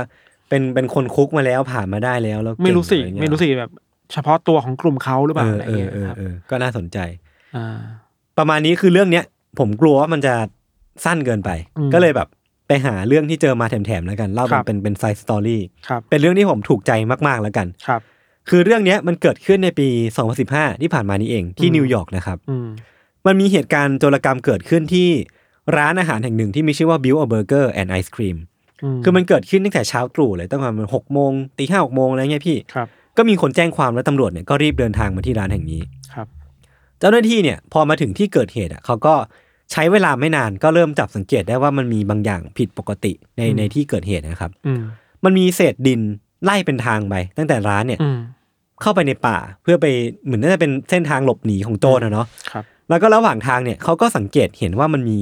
S1: เป็นเป็นคนคุกมาแล้วผ่านมาได้แล้วแล้วเก่ง
S2: ไม่รู้สิ
S1: อะเงี้ย
S2: ไม่รู้สิแบบ เฉพาะตัวของกลุ่มเขาหรือเปล่า
S1: เออ
S2: อะไร
S1: เออ
S2: เงี้ย
S1: เออ
S2: ครับ
S1: เออก็น่าสนใจ
S2: อ่า
S1: ประมาณนี้คือเรื่องเนี้ย ผมกลัวว่ามันจะสั้นเกินไป
S2: อืม
S1: ก็เลยแบบไปหาเรื่องที่เจอมาแถมๆแล้วกันเล่า
S2: ค
S1: เป็
S2: รั
S1: น
S2: บ
S1: เป็นเป็นไซส์สตอรี่
S2: ครับ
S1: เป็นเรื่องที่ผมถูกใจมากๆแล้วกัน
S2: ครับ
S1: คือเรื่องเนี้ยมันเกิดขึ้นในปี 2015 ที่ผ่านมานี้เองที่
S2: อืม
S1: นิวยอร์กนะครับ
S2: อืม
S1: มันมีเหตุการณ์โจรกรรมเกิดขึ้นที่ร้านอาหารแห่งหนึ่งที่มีชื่อว่า Bill a Burger and Ice Cream คือมันเกิดขึ้นตั้งแต่เช้าตรู่เลยตั้งแต่ประมันหกโมงตีห้าหกโมงอะไรเงี้ยพี่
S2: ครับ
S1: ก็มีคนแจ้งความแล้วตำรวจเนี่ยก็รีบเดินทางมาที่ร้านแห่งนี้
S2: ครับ
S1: เจ้าหน้าที่เนี่ยพอมาถึงที่เกิดเหตุอ่ะเขาก็ใช้เวลาไม่นานก็เริ่มจับสังเกตได้ว่ามันมีบางอย่างผิดปกติใน
S2: อืม
S1: ในที่เกิดเหตุนะครับ
S2: อืม
S1: มันมีเศษดินไล่เป็นทางไปตั้งแต่ร้านเนี่ย
S2: อืม
S1: เข้าไปในป่าเพื่อไปเหมือนน่าจะเป็นเส้นทางหลบหนีของโจรนะเนาะ
S2: ครับ
S1: แล้วก็ระหว่างทางเนี่ยเขาก็สังเกตเห็นว่ามันมี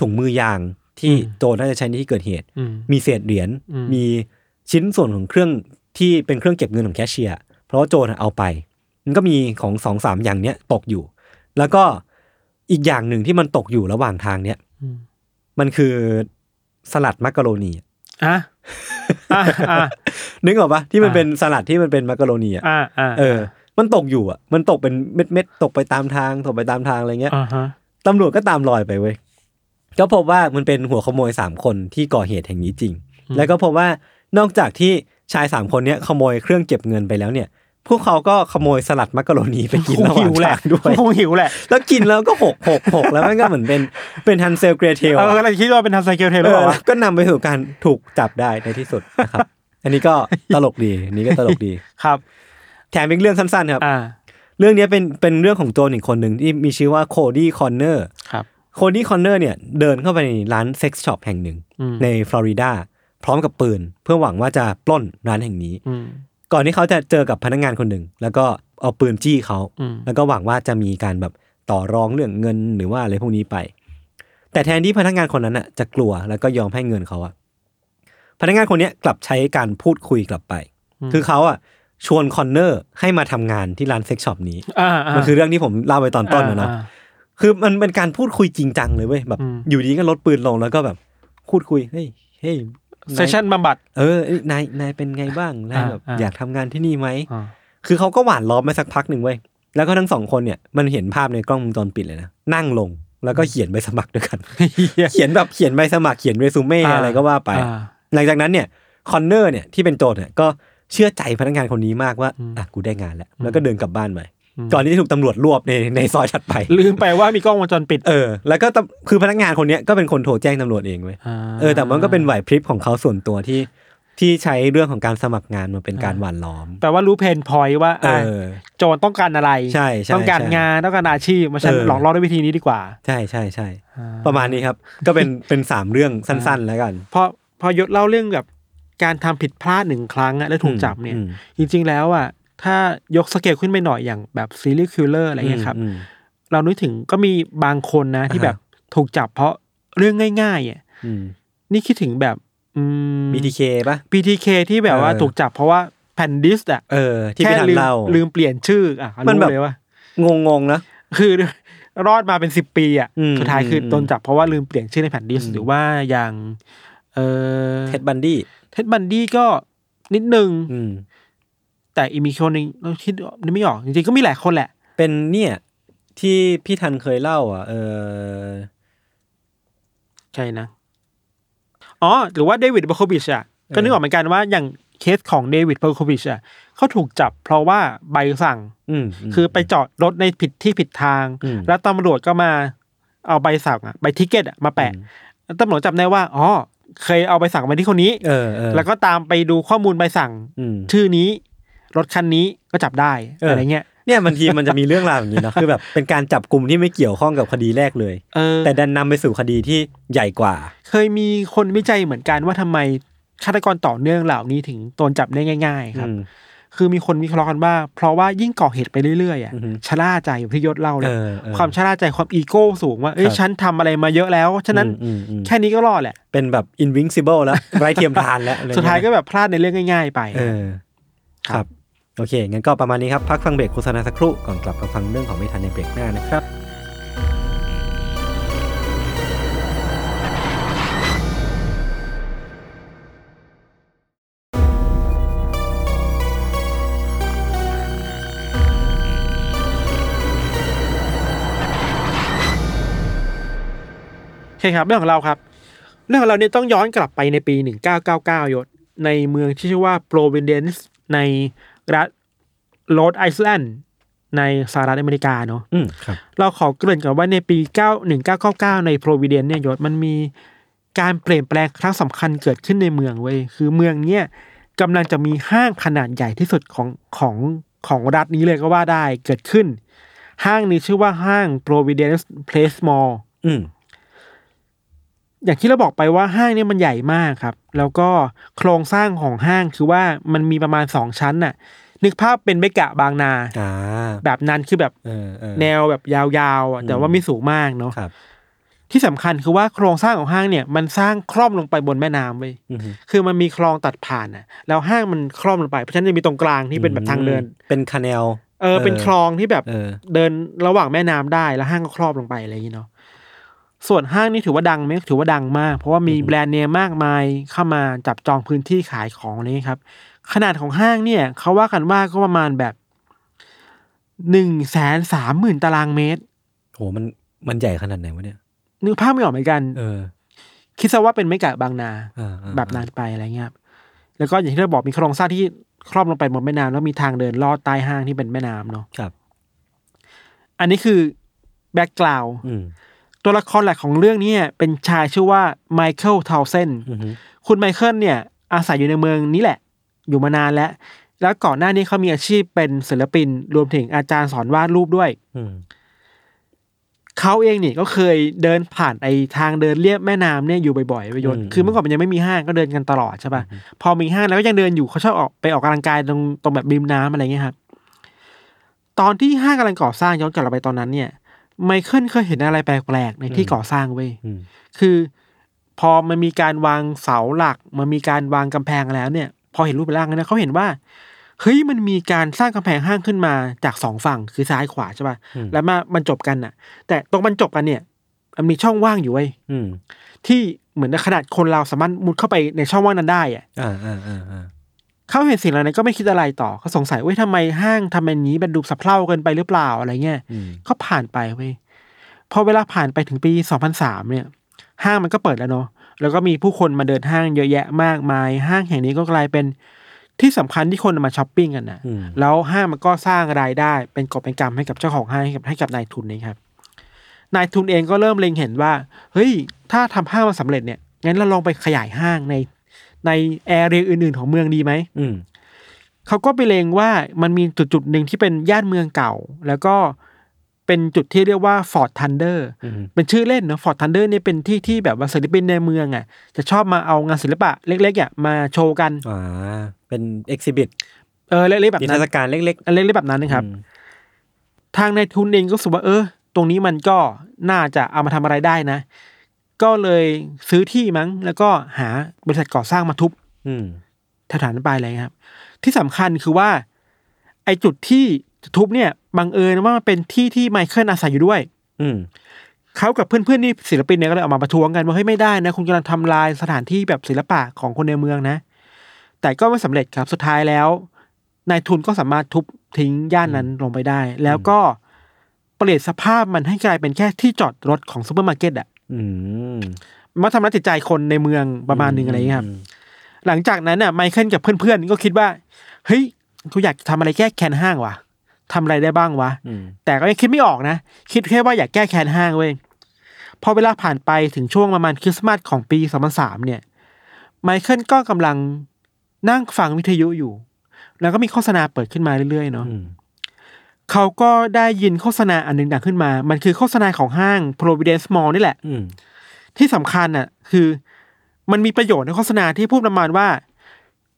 S1: ถุงมือยางที่
S2: อืม
S1: โจรน่าจะใช้ในที่เกิดเหตุ
S2: อืม
S1: มีเศษเหรียญ
S2: อืม
S1: มีชิ้นส่วนของเครื่องที่เป็นเครื่องเก็บเงินของแคชเชียร์เพราะว่าโจรน่ะเอาไป มันก็มีของสองสามอย่างเนี้ยตกอยู่ แล้วก็อีกอย่างหนึ่งที่มันตกอยู่ระหว่างทางเนี่ย
S2: อืม
S1: มันคือสลัดมักกะโรนี
S2: อ่ะอ่ะอ่ะ
S1: นึกออกปะที่มัน
S2: อ่า
S1: เป็นสลัดที่มันเป็นมักกะโรนีอ่ะ
S2: อ่ะอ่ะ
S1: เออ มันตกอยู่อ่ะ มันตกเป็นเม็ดเม็ดๆตกไปตามทาง ตกไปตามทางอะไรเงี้ย
S2: อ่าฮะ
S1: ตำรวจก็ตามรอยไปเว้ย ก็พบว่ามันเป็นหัวขโมยสามคนที่ก่อเหตุแห่งนี้จริง แล้วก็พบว่านอกจากที่ชายสามคนเนี้ยขโมยเครื่องเก็บเงินไปแล้วเนี่ย พวกเขาก็ขโมยสลัดมักกะโรนีไปกินระห
S2: คง
S1: ว่า
S2: หิ
S1: ง
S2: วแหละ
S1: ทางด้วย
S2: คงหิวแหละ
S1: แล้วกินแล้วก็หกหกหกแล้วมันก็เหมือนเป็นเป็นฮันเซลเกรเทล
S2: เอ
S1: อะ
S2: ออะไรคิดว่าเป็นทางไซเคิลเทลห
S1: เอ
S2: รือเป
S1: อ
S2: ล่าวะ
S1: ก็นำไปสู่การถูกจับได้ในที่สุดนะครับ อันนี้ก็ตลกดีอันนี้ก็ตลกดี
S2: ครับ
S1: แถมอีกเรื่องสั้นๆครับ
S2: อ่า
S1: เรื่องเนี้ยเป็นเป็นเรื่องของโจรอีกคนหนึ่งที่มีชื่อว่าโคดี้คอนเนอร์
S2: ครับ
S1: โคดี้คอนเนอร์เนี่ยเดินเข้าไปในร้านเซ็กซ์ช็อปแห่งหนึ่ง
S2: อืม
S1: ในฟลอริดาพร้อมกับปืน เพื่อหวังว่าจะปล้นร้านแห่งนี้
S2: อืม
S1: ก่อนที่เขาจะเจอกับพนักงานคนหนึ่ง แล้วก็เอาปืนจี้เขา
S2: อืม
S1: แล้วก็หวังว่าจะมีการแบบต่อรองเรื่องเงินหรือว่าอะไรพวกนี้ไป แต่แทนที่พนักงานคนนั้นน่ะจะกลัวแล้วก็ยอมให้เงินเขาอะพนักงานคนเนี้ยกลับใช้การพูดคุยกลับไป คือเขาอะชวนคอนเนอร์ให้มาทำงานที่ร้านเซ็กช็อปนี้
S2: อ่าา
S1: มันคือเรื่องที่ผมเล่าไปตอนต้นนะเนาะ
S2: อ่
S1: คือมันเป็นการพูดคุยจริงจังเลยเว้ยแบบ
S2: อืม
S1: อยู่ดีก็ลดปืนลงแล้วก็แบบพูดคุยเฮ้ยเฮ้ยาย
S2: เซสชั่นบำบัด
S1: เออเอ้ยนายนายเป็นไงบ้างนายแบบ
S2: อ่า
S1: อยากทำงานที่นี่ไหม
S2: อ่า
S1: คือเขาก็หวานล้อมไปสักพักหนึ่งเว้ย แล้วก็ทั้งสองคนเนี่ยมันเห็นภาพในกล้องวงจรปิดเลยนะ นั่งลงแล้วก็เขียนใบสมัครด้วยกัน
S2: เหี้ย
S1: เขียนแบบเขียนใบสมัครเขียนเรซูเม่
S2: อ่า
S1: อะไรก็ว่าไป
S2: อ่า
S1: หลังจากนั้นเนี่ยคอนเนอร์เนี่ยที่เป็นโจทย์เนี่ยก็เชื่อใจพนักงานคนนี้มากว่า
S2: อืม
S1: อ่ะกูได้งานแล้ว
S2: อืม
S1: แล้วก็เดินกลับบ้านไป
S2: อืม
S1: ก่อนที่จะถูกตำรวจรวบในในซอยถัด ไป
S2: ลืมไปว่ามีกล้องวงจรปิด
S1: เออ แล้วก็ตำคือพนักงานคนเนี้ยก็เป็นคนโทรแจ้งตำรวจเองเว้ย
S2: า
S1: เออแต่มันก็เป็นไหวพริบของเขาส่วนตัวที่ที่ใช้เรื่องของการสมัครงานมาเป็นการหวานล้อม
S2: แปลว่ารู้เพนพอยว่า
S1: เอ
S2: อ่ะ
S1: อ
S2: โจรต้องการอะไร
S1: ใช่ใช่
S2: ต้องการ
S1: ใช่
S2: งานต้องการอาชีพมาฉัน
S1: เออ
S2: หลอกล่อด้วยวิธีนี้ดีกว่า
S1: ใช่ใช่ใช่
S2: อ่
S1: ประมาณนี้ครับ ก็เป็นเป็นสามเรื่องสั้นๆแล้วกัน
S2: พอพอยศเล่าเรื่องแบบการทำผิดพลาดหนึ่งครั้งอะแล้วถูกจับเนี่ย
S1: อืม
S2: จริงๆแล้วอ่ะถ้ายกสเกลขึ้นไปหน่อยอย่างแบบซีรีส์คิลเลอร์อะไรเงี้ยครับ
S1: ม
S2: เรานึกถึงก็มีบางคนนะที่
S1: อ่าฮะ
S2: แบบถูกจับเพราะ เรื่องง่ายๆอ่ะ
S1: อืม
S2: นี่คิดถึงแบบอืม
S1: BTK ป่ะ
S2: BTK ที่แบบว่า
S1: เออ
S2: ถูกจับเพราะว่าแผ่นดิสก์อ่ะ
S1: เออ ที่พี่
S2: แค่
S1: ทัน
S2: ลืม
S1: เล่า
S2: ลืมเปลี่ยนชื่ออ่ะ
S1: มั
S2: มัน น
S1: แบ
S2: แบบ บว่า
S1: งงงๆนะ
S2: คือ รอดมาเป็นสิบปีอ่ะ
S1: อืม
S2: สุดท้ายคืออ
S1: ม
S2: โดนจับเพราะว่าลืมเปลี่ยนชื่อในแผ่นดิส
S1: อื
S2: ก์
S1: ม
S2: หรือว่าอย่างเออ
S1: เท็ดบันดี้
S2: เท็ดบันดี้ก็นิดนึง
S1: อืม
S2: แต่อีกมีคนหนึ่งเราคิดนึกไม่ออกจริงๆก็มีหลายคนแหละ
S1: เป็นเนี่ย ที่พี่ทันเคยเล่า อ่ะ เออ
S2: ใช่นะ อ๋อ หรือว่าเดวิดเบอร์โควิชอ่ะ ก็นึกออกเหมือนกันว่าอย่างเคสของเดวิดเบอร์โควิชอ่ะเขาถูกจับเพราะว่าใบสั่ง
S1: อืม
S2: คือไปจอดรถในผิดที่ผิดทาง
S1: อืม
S2: แล้วตำรวจก็มาเอาใบสั่งอะใบทิเกตอะมาแปะ
S1: อืม
S2: แล้วตำรวจจำได้ว่า อ๋อ เคยเอาใบสั่งไปที่คนนี้
S1: เออเออ
S2: แล้วก็ตามไปดูข้อมูลใบสั่ง
S1: อืม
S2: ชื่อนี้ รถคันนี้ก็จับได้
S1: เอออ
S2: อะไรเงี้ย
S1: เนี่ยบางทีมันจะมีเรื่องราวอย่างนี้ เนอะคือแบบเป็นการจับกลุ่มที่ไม่เกี่ยวข้องกับคดีแรกเลย
S2: เออ
S1: แต่ดันนำไปสู่คดีที่ใหญ่กว่า
S2: เคยมีคนวิจัยเหมือนกันว่าทำไมฆาตกรต่อเนื่องเหล่านี้ถึงโดนจับได้ง่าย ๆ ครับ
S1: อืม
S2: คือมีคนวิเคราะห์กันว่า เพราะว่ายิ่งก่อเหตุไปเรื่อยๆอ่ะ
S1: อือฮึ
S2: ชะล่าใจอย่างที่ยศเล่าเลย
S1: เออเออ
S2: ความชะล่าใจความอีโก้สูงว่าเอ้
S1: ค
S2: ย
S1: รับ
S2: ฉันทำอะไรมาเยอะแล้วฉะนั้น
S1: อืมอืมอืม
S2: แค่นี้ก็รอดแหละ
S1: เป็นแบบ invincible แล้ว ไร้เทียมทานแล้วอะไรเงี้
S2: สุดท้ายก็แบบพลาดในเรื่องง่าย ๆ ไป
S1: เออ ครับ โอเค งั้นก็ประมาณนี้ครับ พักฟังเบรกโฆษณาสักครู่ก่อนกลับมาฟังเรื่องของไม่ทันในเบรกหน้านะครับ
S2: ใช่ครับเรื่องของเราครับ เรื่องของเราเนี่ยต้องย้อนกลับไปในปี 1999 ยศ ในเมืองที่ชื่อว่า Providence ในรัฐโรดไอซ์แลนด์ในสหรัฐอเมริกาเนาะ
S1: อืมครับ
S2: เราขอเกริ่นก่อนว่าในปี 1999 ใน Providence เนี่ยยศมันมีการเปลี่ยนแปลงครั้งสำคัญเกิดขึ้นในเมืองเว้ยคือเมืองเนี่ยกำลังจะมีห้างขนาดใหญ่ที่สุดของของของรัฐนี้เลยก็ว่าได้เกิดขึ้น ห้างนี้ชื่อว่าห้าง Providence Place Mall
S1: อืม
S2: อย่างที่เราบอกไปว่าห้างเนี่ยมันใหญ่มากครับ แล้วก็โครงสร้างของห้างคือว่ามันมีประมาณสองชั้นน่ะ นึกภาพเป็นเมกะบางนา
S1: อ่า
S2: แบบนั้นคือแบบ
S1: เออเออ
S2: แนวแบบยาวๆอ่ะแต่ว่าไม่สูงมากเนาะ
S1: ครับ
S2: ที่สำคัญคือว่าโครงสร้างของห้างเนี่ยมันสร้างคล่อมลงไปบนแม่น้ำเว้ย
S1: อืม
S2: คือมันมีคลองตัดผ่านอ่ะแล้วห้างมันคล่อมลงไปเพราะฉะนั้นจะมีตรงกลางที่เป็นแบบทางเดิน
S1: เป็นคาแนล
S2: เออเป็นคลองที่แบบ
S1: เออ
S2: เดินระหว่างแม่น้ำได้แล้วห้างก็ครอบลงไปอะไรอย่างนี้เนาะส่วนห้างนี่ถือว่าดังไหมถือว่าดังมาก เพราะว่ามีแบรนด์เนมมากมายเข้ามาจับจองพื้นที่ขายของอะไรอย่างนี้ครับ ขนาดของห้างเนี่ย เขาว่ากันว่าก็ประมาณแบบหนึ่งแสนสามหมื่นตารางเมตร
S1: โห มัน มันใหญ่ขนาดไหนวะเนี่ย
S2: นึกภาพไม่ออกเหมือนกัน
S1: เออ
S2: คิดซะว่าเป็นไม่กะบางนา
S1: อ่าอ่า
S2: แบบนั้นไปอะไรเงี้ยครับแล้วก็อย่างที่เราบอกมีโครงสร้างที่ครอบลงไปบนแม่น้ำแล้วมีทางเดินลอดใต้ห้างที่เป็นแม่น้ำเนาะ
S1: ครับ
S2: อันนี้คือแบ็กกราว
S1: อืม
S2: ตัวละครหลักของเรื่องเนี้เป็นชายชื่อว่าไมเคิลทาวเซน
S1: อืม
S2: คุณไมเคิลเนี่ยอาศัยอยู่ในเมืองนี้แหละ อยู่มานานแล้ว แล้วก่อนหน้านี้เขามีอาชีพเป็นศิลปิน รวมถึงอาจารย์สอนวาดรูปด้วย
S1: อืม
S2: เขาเองนี่ก็เคยเดินผ่านไอ้ทางเดินเลียบแม่น้ำเนี่ยอยู่บ่อยๆประโยช
S1: อื
S2: น์
S1: ม
S2: คือเมื่อก่อนมันยังไม่มีห้างก็เดินกันตลอดใช่ปะพอมีห้างแล้วก็ยังเดินอยู่เขาชอบออกไปออกกำลังกายตรงตรงแบบริมน้ำอะไรเงี้ยครับ ตอนที่ห้างกำลังก่อสร้างย้อนกลับไปตอนนั้นเนี่ยไมเคิลเคยเห็นอะไรแปลกๆในที่ก่อสร้างเว้ย
S1: อืม
S2: คือพอมันมีการวางเสาหลัก มันมีการวางกำแพงแล้วเนี่ย พอเห็นรูปร่างแล้วเนยเขาเห็นว่าเฮ้ยมันมีการสร้างกำแพงห้างขึ้นมาจากสองฝั่งคือซ้ายขวาใช่ป่ะ
S1: อืม
S2: แล้วมาบรรจบกันน่ะ แต่ตรงบรรจบกันเนี่ย มันมีช่องว่างอยู่ไว้ย
S1: อืม
S2: ที่เหมือนขนาดคนเราสามารถมุดเข้าไปในช่องว่างนั้นได้อะ
S1: อ่าอ่าอ่าอ่า
S2: เขาเห็นสิ่งเหล่านั้นก็ไม่คิดอะไรต่อเขาสงสัยเว้ยทำไมห้างทำแบบนี้มันดูสับเพร่าเกินไปหรือเปล่าอะไรเงี้ย
S1: อืม
S2: ก็ผ่านไปเว้ยพอเวลาผ่านไปถึงปี 2003 เนี่ย ห้างมันก็เปิดแล้วเนาะ แล้วก็มีผู้คนมาเดินห้างเยอะแยะมากมาย ห้างแห่งนี้ก็กลายเป็นที่สำคัญที่คนมาช้อปปิ้งกันนะ
S1: อืม
S2: แล้วห้างมันก็สร้างรายได้เป็นกอบเป็นกำให้กับเจ้าของห้างให้กับให้กับนายทุนนี่ครับ นายทุนเองก็เริ่มเล็งเห็นว่า เฮ้ย ถ้าทำห้างมาสำเร็จเนี่ย งั้นเราลองไปขยายห้างในในแอเรียอื่น ๆ ของเมืองดีไหม
S1: อืม
S2: เขาก็ไปเลงว่ามันมีจุดจุดๆหนึ่งที่เป็นย่านเมืองเก่า แล้วก็เป็นจุดที่เรียกว่าฟอร์ดทันเดอร์
S1: อืม
S2: เป็นชื่อเล่นเนาะฟอร์ดทันเดอร์เนี่ยเป็นที่ที่แบบว่าศิลปินในเมืองอ่ะจะชอบมาเอางานศิลปะเล็กๆอ่ะมาโชว์กัน
S1: อ่า เป็น exhibit
S2: เออเล็กๆแบบ
S1: นิทร
S2: นั้
S1: ร
S2: น
S1: ศการเล็ก
S2: เล็กๆแบบนั้นนะครับ
S1: อืม
S2: ทางนายทุนเองก็รู้สึกว่าเออ ตรงนี้มันก็น่าจะเอามาทำอะไรได้นะ ก็เลยซื้อที่มั้ง แล้วก็หาบริษัทก่อสร้างมาทุบ
S1: อืม
S2: สถานไปเลยครับ ที่สำคัญคือว่า ไอ้จุดที่ทุบเนี่ยบังเอิญว่ามันเป็นที่ที่ไมเคิลอาศัยอยู่ด้วย
S1: อืม
S2: เขากับเพื่อนๆนี่ศิลปินเนี่ยก็เลยออกมาประท้วงกันว่าเฮ้ยไม่ได้นะ คุณกำลังทำลายสถานที่แบบศิลปะของคนในเมืองนะ แต่ก็ไม่สำเร็จครับสุดท้ายแล้วนายทุนก็สามารถทุบทิ้งย่านนั้นลงไปได้ แล้วก็เปลี่ยนสภาพมันให้กลายเป็นแค่ที่จอดรถของซูเปอร์มาร์เก็ตอะ
S1: อืม
S2: มาทำร้ายจิตใจคนในเมืองประมาณหนึ่งอะไรอย่างเงี้ยครับ หลังจากนั้นน่ะไมเคิลกับเพื่อนๆ ก็คิดว่า เฮ้ยกูอยากทำอะไรแก้แค้นห้างวะทำอะไรได้บ้างวะ
S1: อืม
S2: แต่ก็ยังคิดไม่ออกนะ คิดแค่ว่าอยากแก้แค้นห้างเว้ย พอเวลาผ่านไปถึงช่วงประมาณคริสต์มาสของปี 2003 เนี่ย ไมเคิลก็กำลังนั่งฟังวิทยุอยู่ แล้วก็มีโฆษณาเปิดขึ้นมาเรื่อยๆเนาะ
S1: อืม
S2: เขาก็ได้ยินโฆษณาอันหนึ่งดังขึ้นมา มันคือโฆษณาของห้าง Providence Mall นี่แหละ
S1: อืม
S2: ที่สำคัญน่ะ คือมันมีประโยชน์ในโฆษณาที่พูดประมาณว่า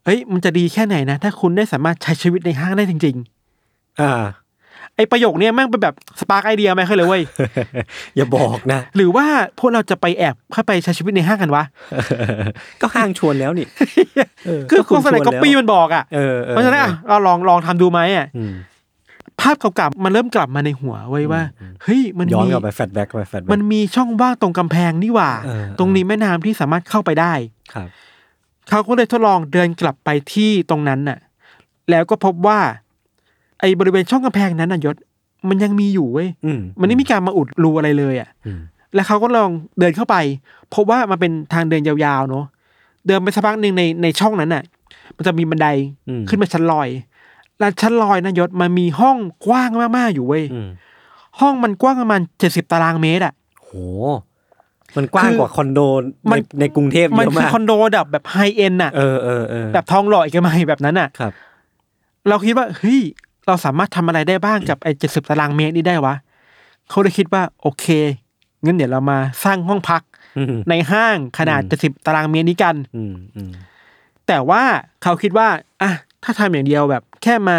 S2: เฮ้ย มันจะดีแค่ไหนนะ ถ้าคุณได้สามารถใช้ชีวิตในห้างได้จริง
S1: อ่า
S2: ๆ ไอประโยคเนี้ยแม่งเป็นแบบสปาร์กไอเดียไหมเคยเลยเว้ย
S1: อย่าบอกนะ
S2: หรือว่าพวกเราจะไปแอบเข้าไปใช้ชีวิตในห้างกันวะ
S1: ก็ห้างชวนแล้วนี่เ
S2: คือโฆษณา
S1: ณชวน
S2: ก็
S1: แล้ว
S2: ปี้มันบอกอ่ะ
S1: เออออ
S2: เพราะฉะนั้นอ่ะเราลองลองทำดูไหมอ่ะ
S1: อืม
S2: ภาพเก่าๆมันเริ่มกลับมาในหัวไว้ยว่า
S1: อืม
S2: เฮ้ยมัน
S1: ย้อน
S2: มี
S1: กลับไปแฟดแบ็กไปแฟดแบ็ก
S2: มันมีช่องว่างตรงกำแพงนี่หว่า
S1: เออ
S2: ตรงนี้แม่น้ำที่สามารถเข้าไปได้
S1: ครับ
S2: เขาก็เลยทดลองเดินกลับไปที่ตรงนั้นน่ะ แล้วก็พบว่า ไอ้บริเวณช่องกำแพงนั้นน่ะยศ มันยังมีอยู่เว้ย
S1: อืม
S2: มันไม่มีการมาอุดรูอะไรเลยอ่ะ
S1: อืม
S2: แล้วเขาก็ลองเดินเข้าไป พบว่ามันเป็นทางเดินยาวๆเนาะ เดินไปสักพักหนึ่งในในช่องนั้นน่ะ มันจะมีบันได
S1: อืม
S2: ขึ้นมาชั้นลอย แล้วชั้นลอยนะยศมันมีห้องกว้างมากๆอยู่เว้ย
S1: อืม
S2: ห้องมันกว้างประมาณเจ็ดสิบตารางเมตรอ่ะ
S1: โห มันกว้างกว่าคอนโด
S2: มั
S1: ใน
S2: น
S1: ในกรุงเทพ
S2: มั
S1: เยอะ
S2: คือ
S1: มาก
S2: คอนโดแบบแบบไฮเอ็นน่ะ
S1: เออเออเออ
S2: แบบทองหล่อเอกมัยแบบนั้นน่ะ
S1: ครับ
S2: เราคิดว่าเฮ้ยเราสามารถทำอะไรได้บ้างกับไอ้เจ็ดสิบตารางเมตรนี้ได้วะเขาเลยคิดว่าโอเคงั้นเดี๋ยวเรามาสร้างห้องพัก
S1: อืม
S2: ในห้างขนาดเจ็ดสิบตารางเมตรนี้กัน
S1: อืมอืม
S2: แต่ว่าเขาคิดว่าอ่ะถ้าทำอย่างเดียวแบบแค่มา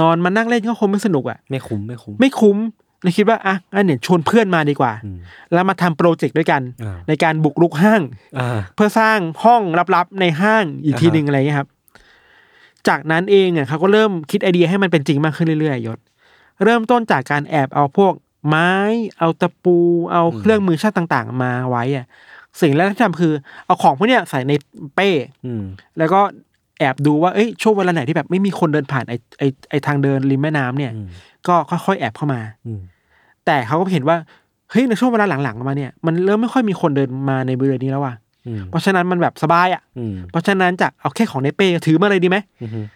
S2: นอนมานั่งเล่นก็คงไม่สนุกอะ่ะ
S1: ไม่คุ้มไม่คุ้ม
S2: ไม่คุ้มเลยคิดว่าอ่ะงั้นเดี๋ยวชวนเพื่อนมาดีกว่า
S1: อืม
S2: แล้วมาทำโปรเจกต์ด้วยกัน
S1: อ่า
S2: ในการบุกรุกห้าง
S1: อ่า
S2: เพื่อสร้างห้องลับๆในห้างอีก
S1: อ่าฮะ
S2: ทีหนึ่งอะไรเงี้ยครับ จากนั้นเองอ่ะเขาก็เริ่มคิดไอเดียให้มันเป็นจริงมากขึ้นเรื่อยๆยศ เริ่มต้นจากการแอบเอาพวกไม้ เอาตะปู เอาเครื่องมือช่างต่างๆ มาไว้อ่ะ สิ่งแรกที่ทำคือ เอาของพวกเนี้ยใส่ในเป้
S1: อืม
S2: แล้วก็แอบดูว่าเอ้ยช่วงเวลาไหนที่แบบไม่มีคนเดินผ่านไอไอไอทางเดินริมแม่น้ำเนี่ย
S1: อืม
S2: ก็ค่อยๆแอบเข้ามา
S1: อืม
S2: แต่เขาก็เห็นว่าเฮ้ยในช่วงเวลาหลังๆมาเนี่ยมันเริ่มไม่ค่อยมีคนเดินมาในบริเวณนี้แล้วว่ะ
S1: อืม
S2: เพราะฉะนั้นมันแบบสบายอ่ะ
S1: อืม
S2: เพราะฉะนั้นจากเอาแค่ของในเป้ถือมาเลยดีไหม
S1: อืม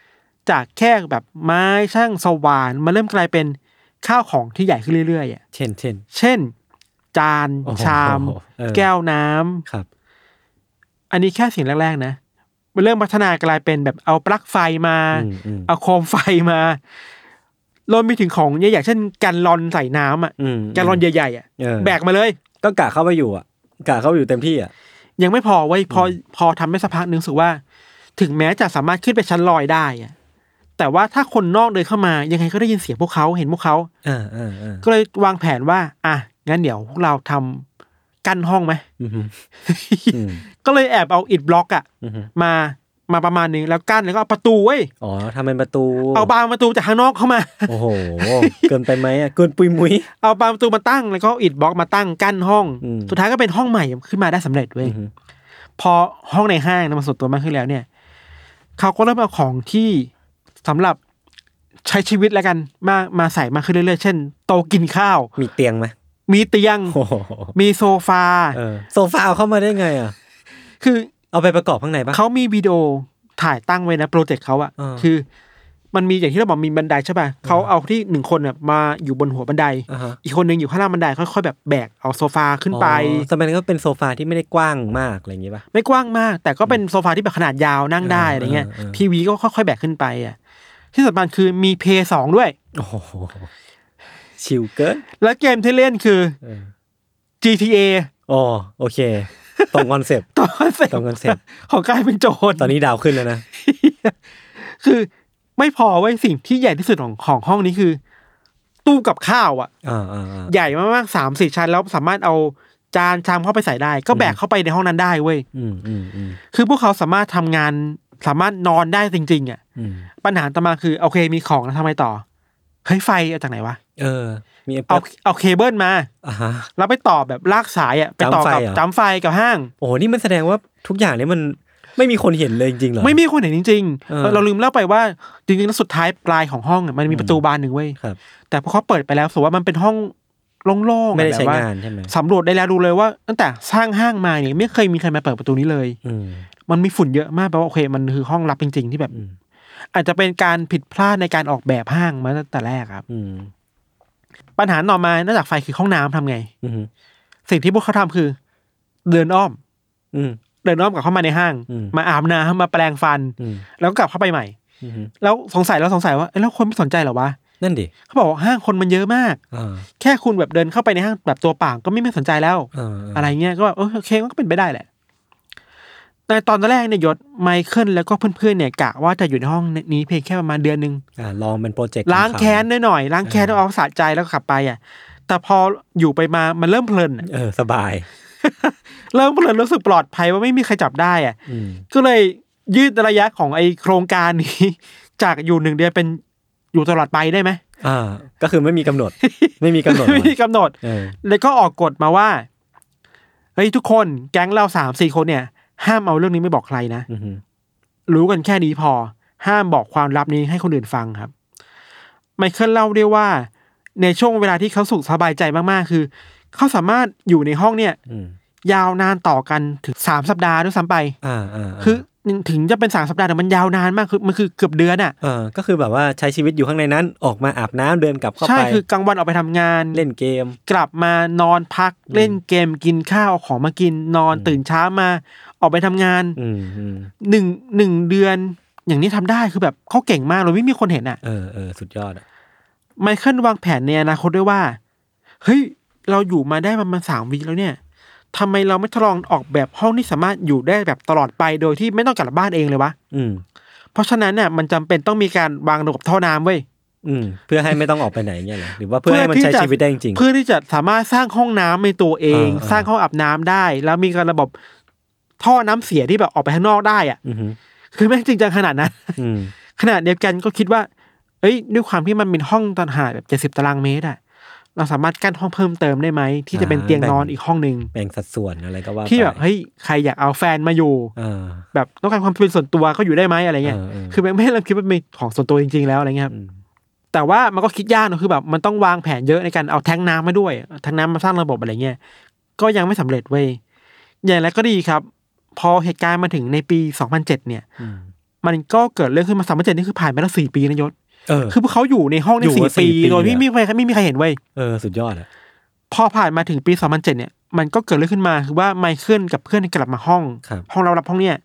S2: จากแค่แบบไม้ช่างสว่านมันเริ่มกลายเป็นข้าวของที่ใหญ่ขึ้นเรื่อยๆอ่ะ
S1: เช่นเช่น
S2: เช่น จาน
S1: โอ้โห
S2: ชาม
S1: เออ
S2: แก้วน้ำ
S1: ครับ
S2: อันนี้แค่สิ่งแรกๆนะมันเริ่มพัฒนากลายเป็นแบบเอาปลั๊กไฟมา
S1: อืมอืม
S2: เอาโคมไฟมารวมไปถึงของใหญ่ๆอย่างเช่นแกันลอนใส่น้ำอ่ะ
S1: อืม
S2: แกันลอนใหญ่ๆอ่ะ
S1: เออ
S2: แบกมาเลย
S1: ก็กะเข้าไปอยู่อ่ะกะเข้าไปอยู่เต็มที่อ่ะ
S2: ยังไม่พอไว้ยพอพอทำได้สักพักหนึงรู้สึกว่า ถึงแม้จะสามารถขึ้นไปชั้นลอยได้อะแต่ว่าถ้าคนนอกเดินเข้ามา ยังไงก็ได้ยินเสียงพวกเขาเห็นพวกเขา
S1: อ่าอ่าอ่า
S2: ก็เลยวางแผนว่า อ่ะงั้นเดี๋ยวพวกเราทำกั้นห้องไหม
S1: อืมอืม
S2: ก็เลยแอบเอาอิฐบล็อกอะ
S1: อือฮึ
S2: มามาประมาณนึงแล้วกั้นแล้วก็เอาประตูเว้ย
S1: อ๋อทำเป็นประตู
S2: เอาบานประตูจากข้างนอกเข้ามา
S1: โอ้โห เกินไปไหมอ่ะ เกินปุยมุย
S2: เอาบานประตูมาตั้งแล้วก็เอาอิฐบล็อกมาตั้งกั้นห้อง
S1: อืม
S2: สุดท้ายก็เป็นห้องใหม่ขึ้นมาได้สำเร็จเว้ย พอห้องในห้างนะมันส่วนตัวมากขึ้นแล้วเนี่ยเขาก็เริ่มเอาของที่สำหรับใช้ชีวิตแล้วกันมามาใส่มากขึ้นเรื่อยๆ เช่น โตะกินข้าว
S1: มีเตียงไหม
S2: มีเตียง
S1: โอ้โห
S2: มีโซฟา
S1: เออโซฟาเอาเข้ามาได้ไงอ่ะ
S2: คือ
S1: เอาไปประกอบข้างในปะ
S2: เขามีวิดีโอถ่ายตั้งไว้นะโปรเจกต์เขาอะ
S1: อ่า
S2: คือ มันมีอย่างที่เราบอกมีบันไดใช่ป่ะเขาเอาที่หนึ่งคนน่ะมาอยู่บนหัวบันได
S1: อ่าฮะ
S2: อีกคนหนึ่งอยู่ข้างล่างบันไดค่อยๆแบบแบกเอาโซฟาขึ้นไป
S1: อ๋อแต่มันก็เป็นโซฟาที่ไม่ได้กว้างมากอะไรอย่างงี้ปะ
S2: ไม่กว้างมาก แต่ก็เป็นโซฟาที่แบบขนาดยาวนั่งได้
S1: เอออ
S2: อะไรเงี้ย
S1: เออเออ
S2: ทีวีก็ค่อยๆแบกขึ้นไปอ่ะที่สำคัญคือมีเพย์สองด้วย
S1: โอ้โหชิลเกิน
S2: แล้วเกมที่เล่นคือ
S1: เออ
S2: GTA
S1: อ๋อโอเค ตรงคอนเซปต์
S2: ตอนเสร็จ
S1: ตรงคอนเซปต์
S2: ของการเป็นโจร
S1: ตอนนี้ดาวขึ้นแล้วนะ
S2: คือไม่พอไว้ยสิ่งที่ใหญ่ที่สุดของของห้องนี้คือ ตู้กับข้าวอ่ะ
S1: อ่าอ่าอ่า
S2: ใหญ่มากๆสามสี่ชั้นแล้วสามารถเอา จานชามเข้าไปใส่ได้ ก็แบกเข้าไปในห้องนั้นได้เว้ย
S1: อืมอืมอืม
S2: คือพวกเขาสามารถทำงานสามารถนอนได้จริงๆอ่ะ
S1: อืม
S2: ปัญหาต่อมาคือโอเคมีของแล้วทำไมต่อเฮ้ยไฟเอาจากไหนวะ
S1: เออ มีแอปเปิ
S2: เอา
S1: ล
S2: เอาเคเบิลมา
S1: อ่ะฮะ
S2: แล้วไปต่อแบบลากสายอ่ะไปต่อกับ
S1: จำไฟเหรอ
S2: จำไฟกับห้าง
S1: โอ้โหนี่มันแสดงว่าทุกอย่างเนี้มันไม่มีคนเห็นเลยจริงๆเหรอ
S2: ไม่มีคนเห็นจริง
S1: เออ
S2: ๆเราเราลืมเล่าไปว่าจริงๆแล้วสุดท้ายปลายของห้องอะมันมีประตูบานหนึ่งเว้ย
S1: ครับ
S2: แต่พอเขาเปิดไปแล้วรู้สุว่ามันเป็นห้องโล่งๆอะ
S1: ไม่ได้ใช้
S2: แบบว่
S1: งานใช่ไหม
S2: สำรวจได้แล้วดูเลยว่า ตั้งแต่สร้างห้างมาเนี่ยไม่เคยมีใครมาเปิดประตูนี้เลย
S1: อืม
S2: มันมีฝุ่นเยอะมากแปลว่าโอเค มันคือห้องลับจริง ๆ ที่แบบ
S1: อืม
S2: อาจจะเป็นการผิดพลาดในการออกแบบห้างมาตั้งแต่แรกครับ
S1: อืม
S2: ปัญหาต่อมานอกจากไฟคือห้องน้ำทำไง
S1: อืม
S2: สิ่งที่พวกเขาทำคือ เดินอ้อม
S1: อืม
S2: เดินอ้อมกลับเข้ามาในห้าง
S1: อืม
S2: มาอาบน้ำมาแปลงฟัน
S1: อืม
S2: แล้วก็กลับเข้าไปใหม่
S1: อืม
S2: แล้วสงสัยเราสงสัยว่าเอ้ยแล้วคนไม่สนใจเหรอวะ
S1: นั่นดิ
S2: เขาบอกว่าห้างคนมันเยอะมาก
S1: อ่า
S2: แค่คุณแบบเดินเข้าไปในห้างแบบตัวเปล่าก็ไม่ไม่สนใจแล้ว
S1: อ่า
S2: อะไรเงี้ยก็แบบเออโอเคมันก็เป็นไปได้แหละในตอนแรกเนี่ยยศไมเคิลแล้วก็เพื่อนๆเนี่ยกะว่าจะอยู่ในห้องนี้เพียงแค่ประมาณเดือนหนึ่ง
S1: อ่าลองเป็นโปรเจกต์
S2: ล้าง
S1: ขำๆ
S2: แค้นหน่อยๆล้างแค้น
S1: เออ
S2: เอาสะใจแล้วก็ขับไปอ่ะ แต่พออยู่ไปมามันเริ่มเพลินอะ
S1: เออสบาย
S2: เริ่มเพลินรู้สึกปลอดภัยว่าไม่มีใครจับได้อ่ะ
S1: อืม
S2: ก็เลยยืดระยะของไอโครงการนี้ จากอยู่หนึ่งเดือนเป็นอยู่ตลอดไปได้ไหม
S1: อ่า ก็คือไม่มีกำหนด ไม่มีกำหนด
S2: ไม่มี กำหนด
S1: เออ
S2: แล้วก็ออกกฎมาว่าเฮ้ยทุกคนแก๊งเราสามสี่คนเนี่ย ห้ามเอาเรื่องนี้ไม่บอกใครนะ
S1: อืม
S2: รู้กันแค่นี้พอ ห้ามบอกความลับนี้ให้คนอื่นฟังครับ ไมเคิลเล่าด้วยว่า ในช่วงเวลาที่เขาสุขสบายใจมากๆ คือ เขาสามารถอยู่ในห้องเนี่ย
S1: อืม
S2: ยาวนานต่อกันถึงสามสัปดาห์ด้วยซ้ำไป
S1: อ่าอ่าา
S2: คือถึงจะเป็นสามสัปดาห์แต่มันยาวนานมากคือมันคือเกือบเดือนอ่ะ
S1: เออก็คือแบบว่าใช้ชีวิตอยู่ข้างในนั้นออกมาอาบน้ำเดินกลับเข้า
S2: ใช่
S1: ไป
S2: คือกลางวันออกไปทำงาน
S1: เล่นเกม
S2: กลับมานอนพักเล่นเกมกินข้าวเอาของมากินนอน
S1: อืม
S2: ตื่นเช้ามาออกไปทำงาน
S1: อืมอืม
S2: หนึ่งหนึ่งเดือน อย่างนี้ทำได้คือแบบเขาเก่งมากเลยไม่มีคนเห็นอ่ะ
S1: เออเออสุดยอดอ่ะ
S2: ไมเคิลวางแผนในอนาคตด้วยว่า เฮ้ย เราอยู่มาได้ประมาณสามวีคแล้วเนี่ยทำไมเราไม่ทดลองออกแบบห้องที่สามารถอยู่ได้แบบตลอดไปโดยที่ไม่ต้องกลับบ้านเองเลยวะ
S1: อืม
S2: เพราะฉะนั้นน่ะมันจำเป็นต้องมีการวางระบบท่อน้ำเว้ย
S1: อืมเพื่อให้ไม่ต้องออกไปไหนเงี้ยเหรอหรือว่าเพื่อให้มันใช้ชีวิตได้จริง
S2: เพื่อที่จะสามารถสร้างห้องน้ำในตัวเอง
S1: เออเออ
S2: สร้างห้องอาบน้ำได้ แล้วมีการระบบท่อน้ำเสียที่แบบออกไปข้างนอกได้อะ
S1: อืม
S2: คือแม่งจริงจังขนาด นั้น
S1: อืม
S2: ขนาดเดียวกันก็คิดว่า เอ้ย ด้วยความที่มันเป็นห้องตอนหายแบบเจ็ดสิบ70ตารางเมตรอะเราสามารถกั้นห้องเพิ่มเติมได้ไหม ที่จะเป็นเตียงนอนอีกห้องหนึ่ง
S1: แบ่งสัดส่วนอะไรก็ว่า
S2: ที่แบบ
S1: ไป
S2: เฮ้ยใครอยากเอาแฟนมาอยู่
S1: อ่า
S2: แบบต้องการความเป็นส่วนตัวก็อยู่ได้ไหมอะไรเงี้ย
S1: เออเออ
S2: คือแม่งไม่ให้เราคิดว่าเป็นของส่วนตัวจริง ๆ แล้วอะไรเงี้ยครับ
S1: อืม
S2: แต่ว่ามันก็คิดยากนะคือแบบมันต้องวางแผนเยอะในการเอาแทงน้ำมาด้วยแทงน้ำมาสร้างระบบอะไรเงี้ยก็ยังไม่สำเร็จเว้ยอย่างไรก็ดีครับ พอเหตุการณ์มาถึงในปี 2007 เนี่ย
S1: อืม
S2: มันก็เกิดเรื่องขึ้นมา 2007 นี่คือผ่านไปแล้วสี่ปีนะยศ
S1: เออ
S2: คือพวกเขาอยู่ในห้อง
S1: อยู่
S2: ได้
S1: มา
S2: สี่
S1: สี่
S2: ปี
S1: ปี
S2: โดยที่
S1: อะ
S2: ไม่มีใครไม่มีใครเห็นเว้ย
S1: เออสุดยอดอ่ะ
S2: พอผ่านมาถึงปี 2007 เนี่ย มันก็เกิดเรื่องขึ้นมาคือว่าไมเคิลกับเพื่อนกลับมาห้อง
S1: ครับ
S2: ห้องรับรับห้องเนี่ย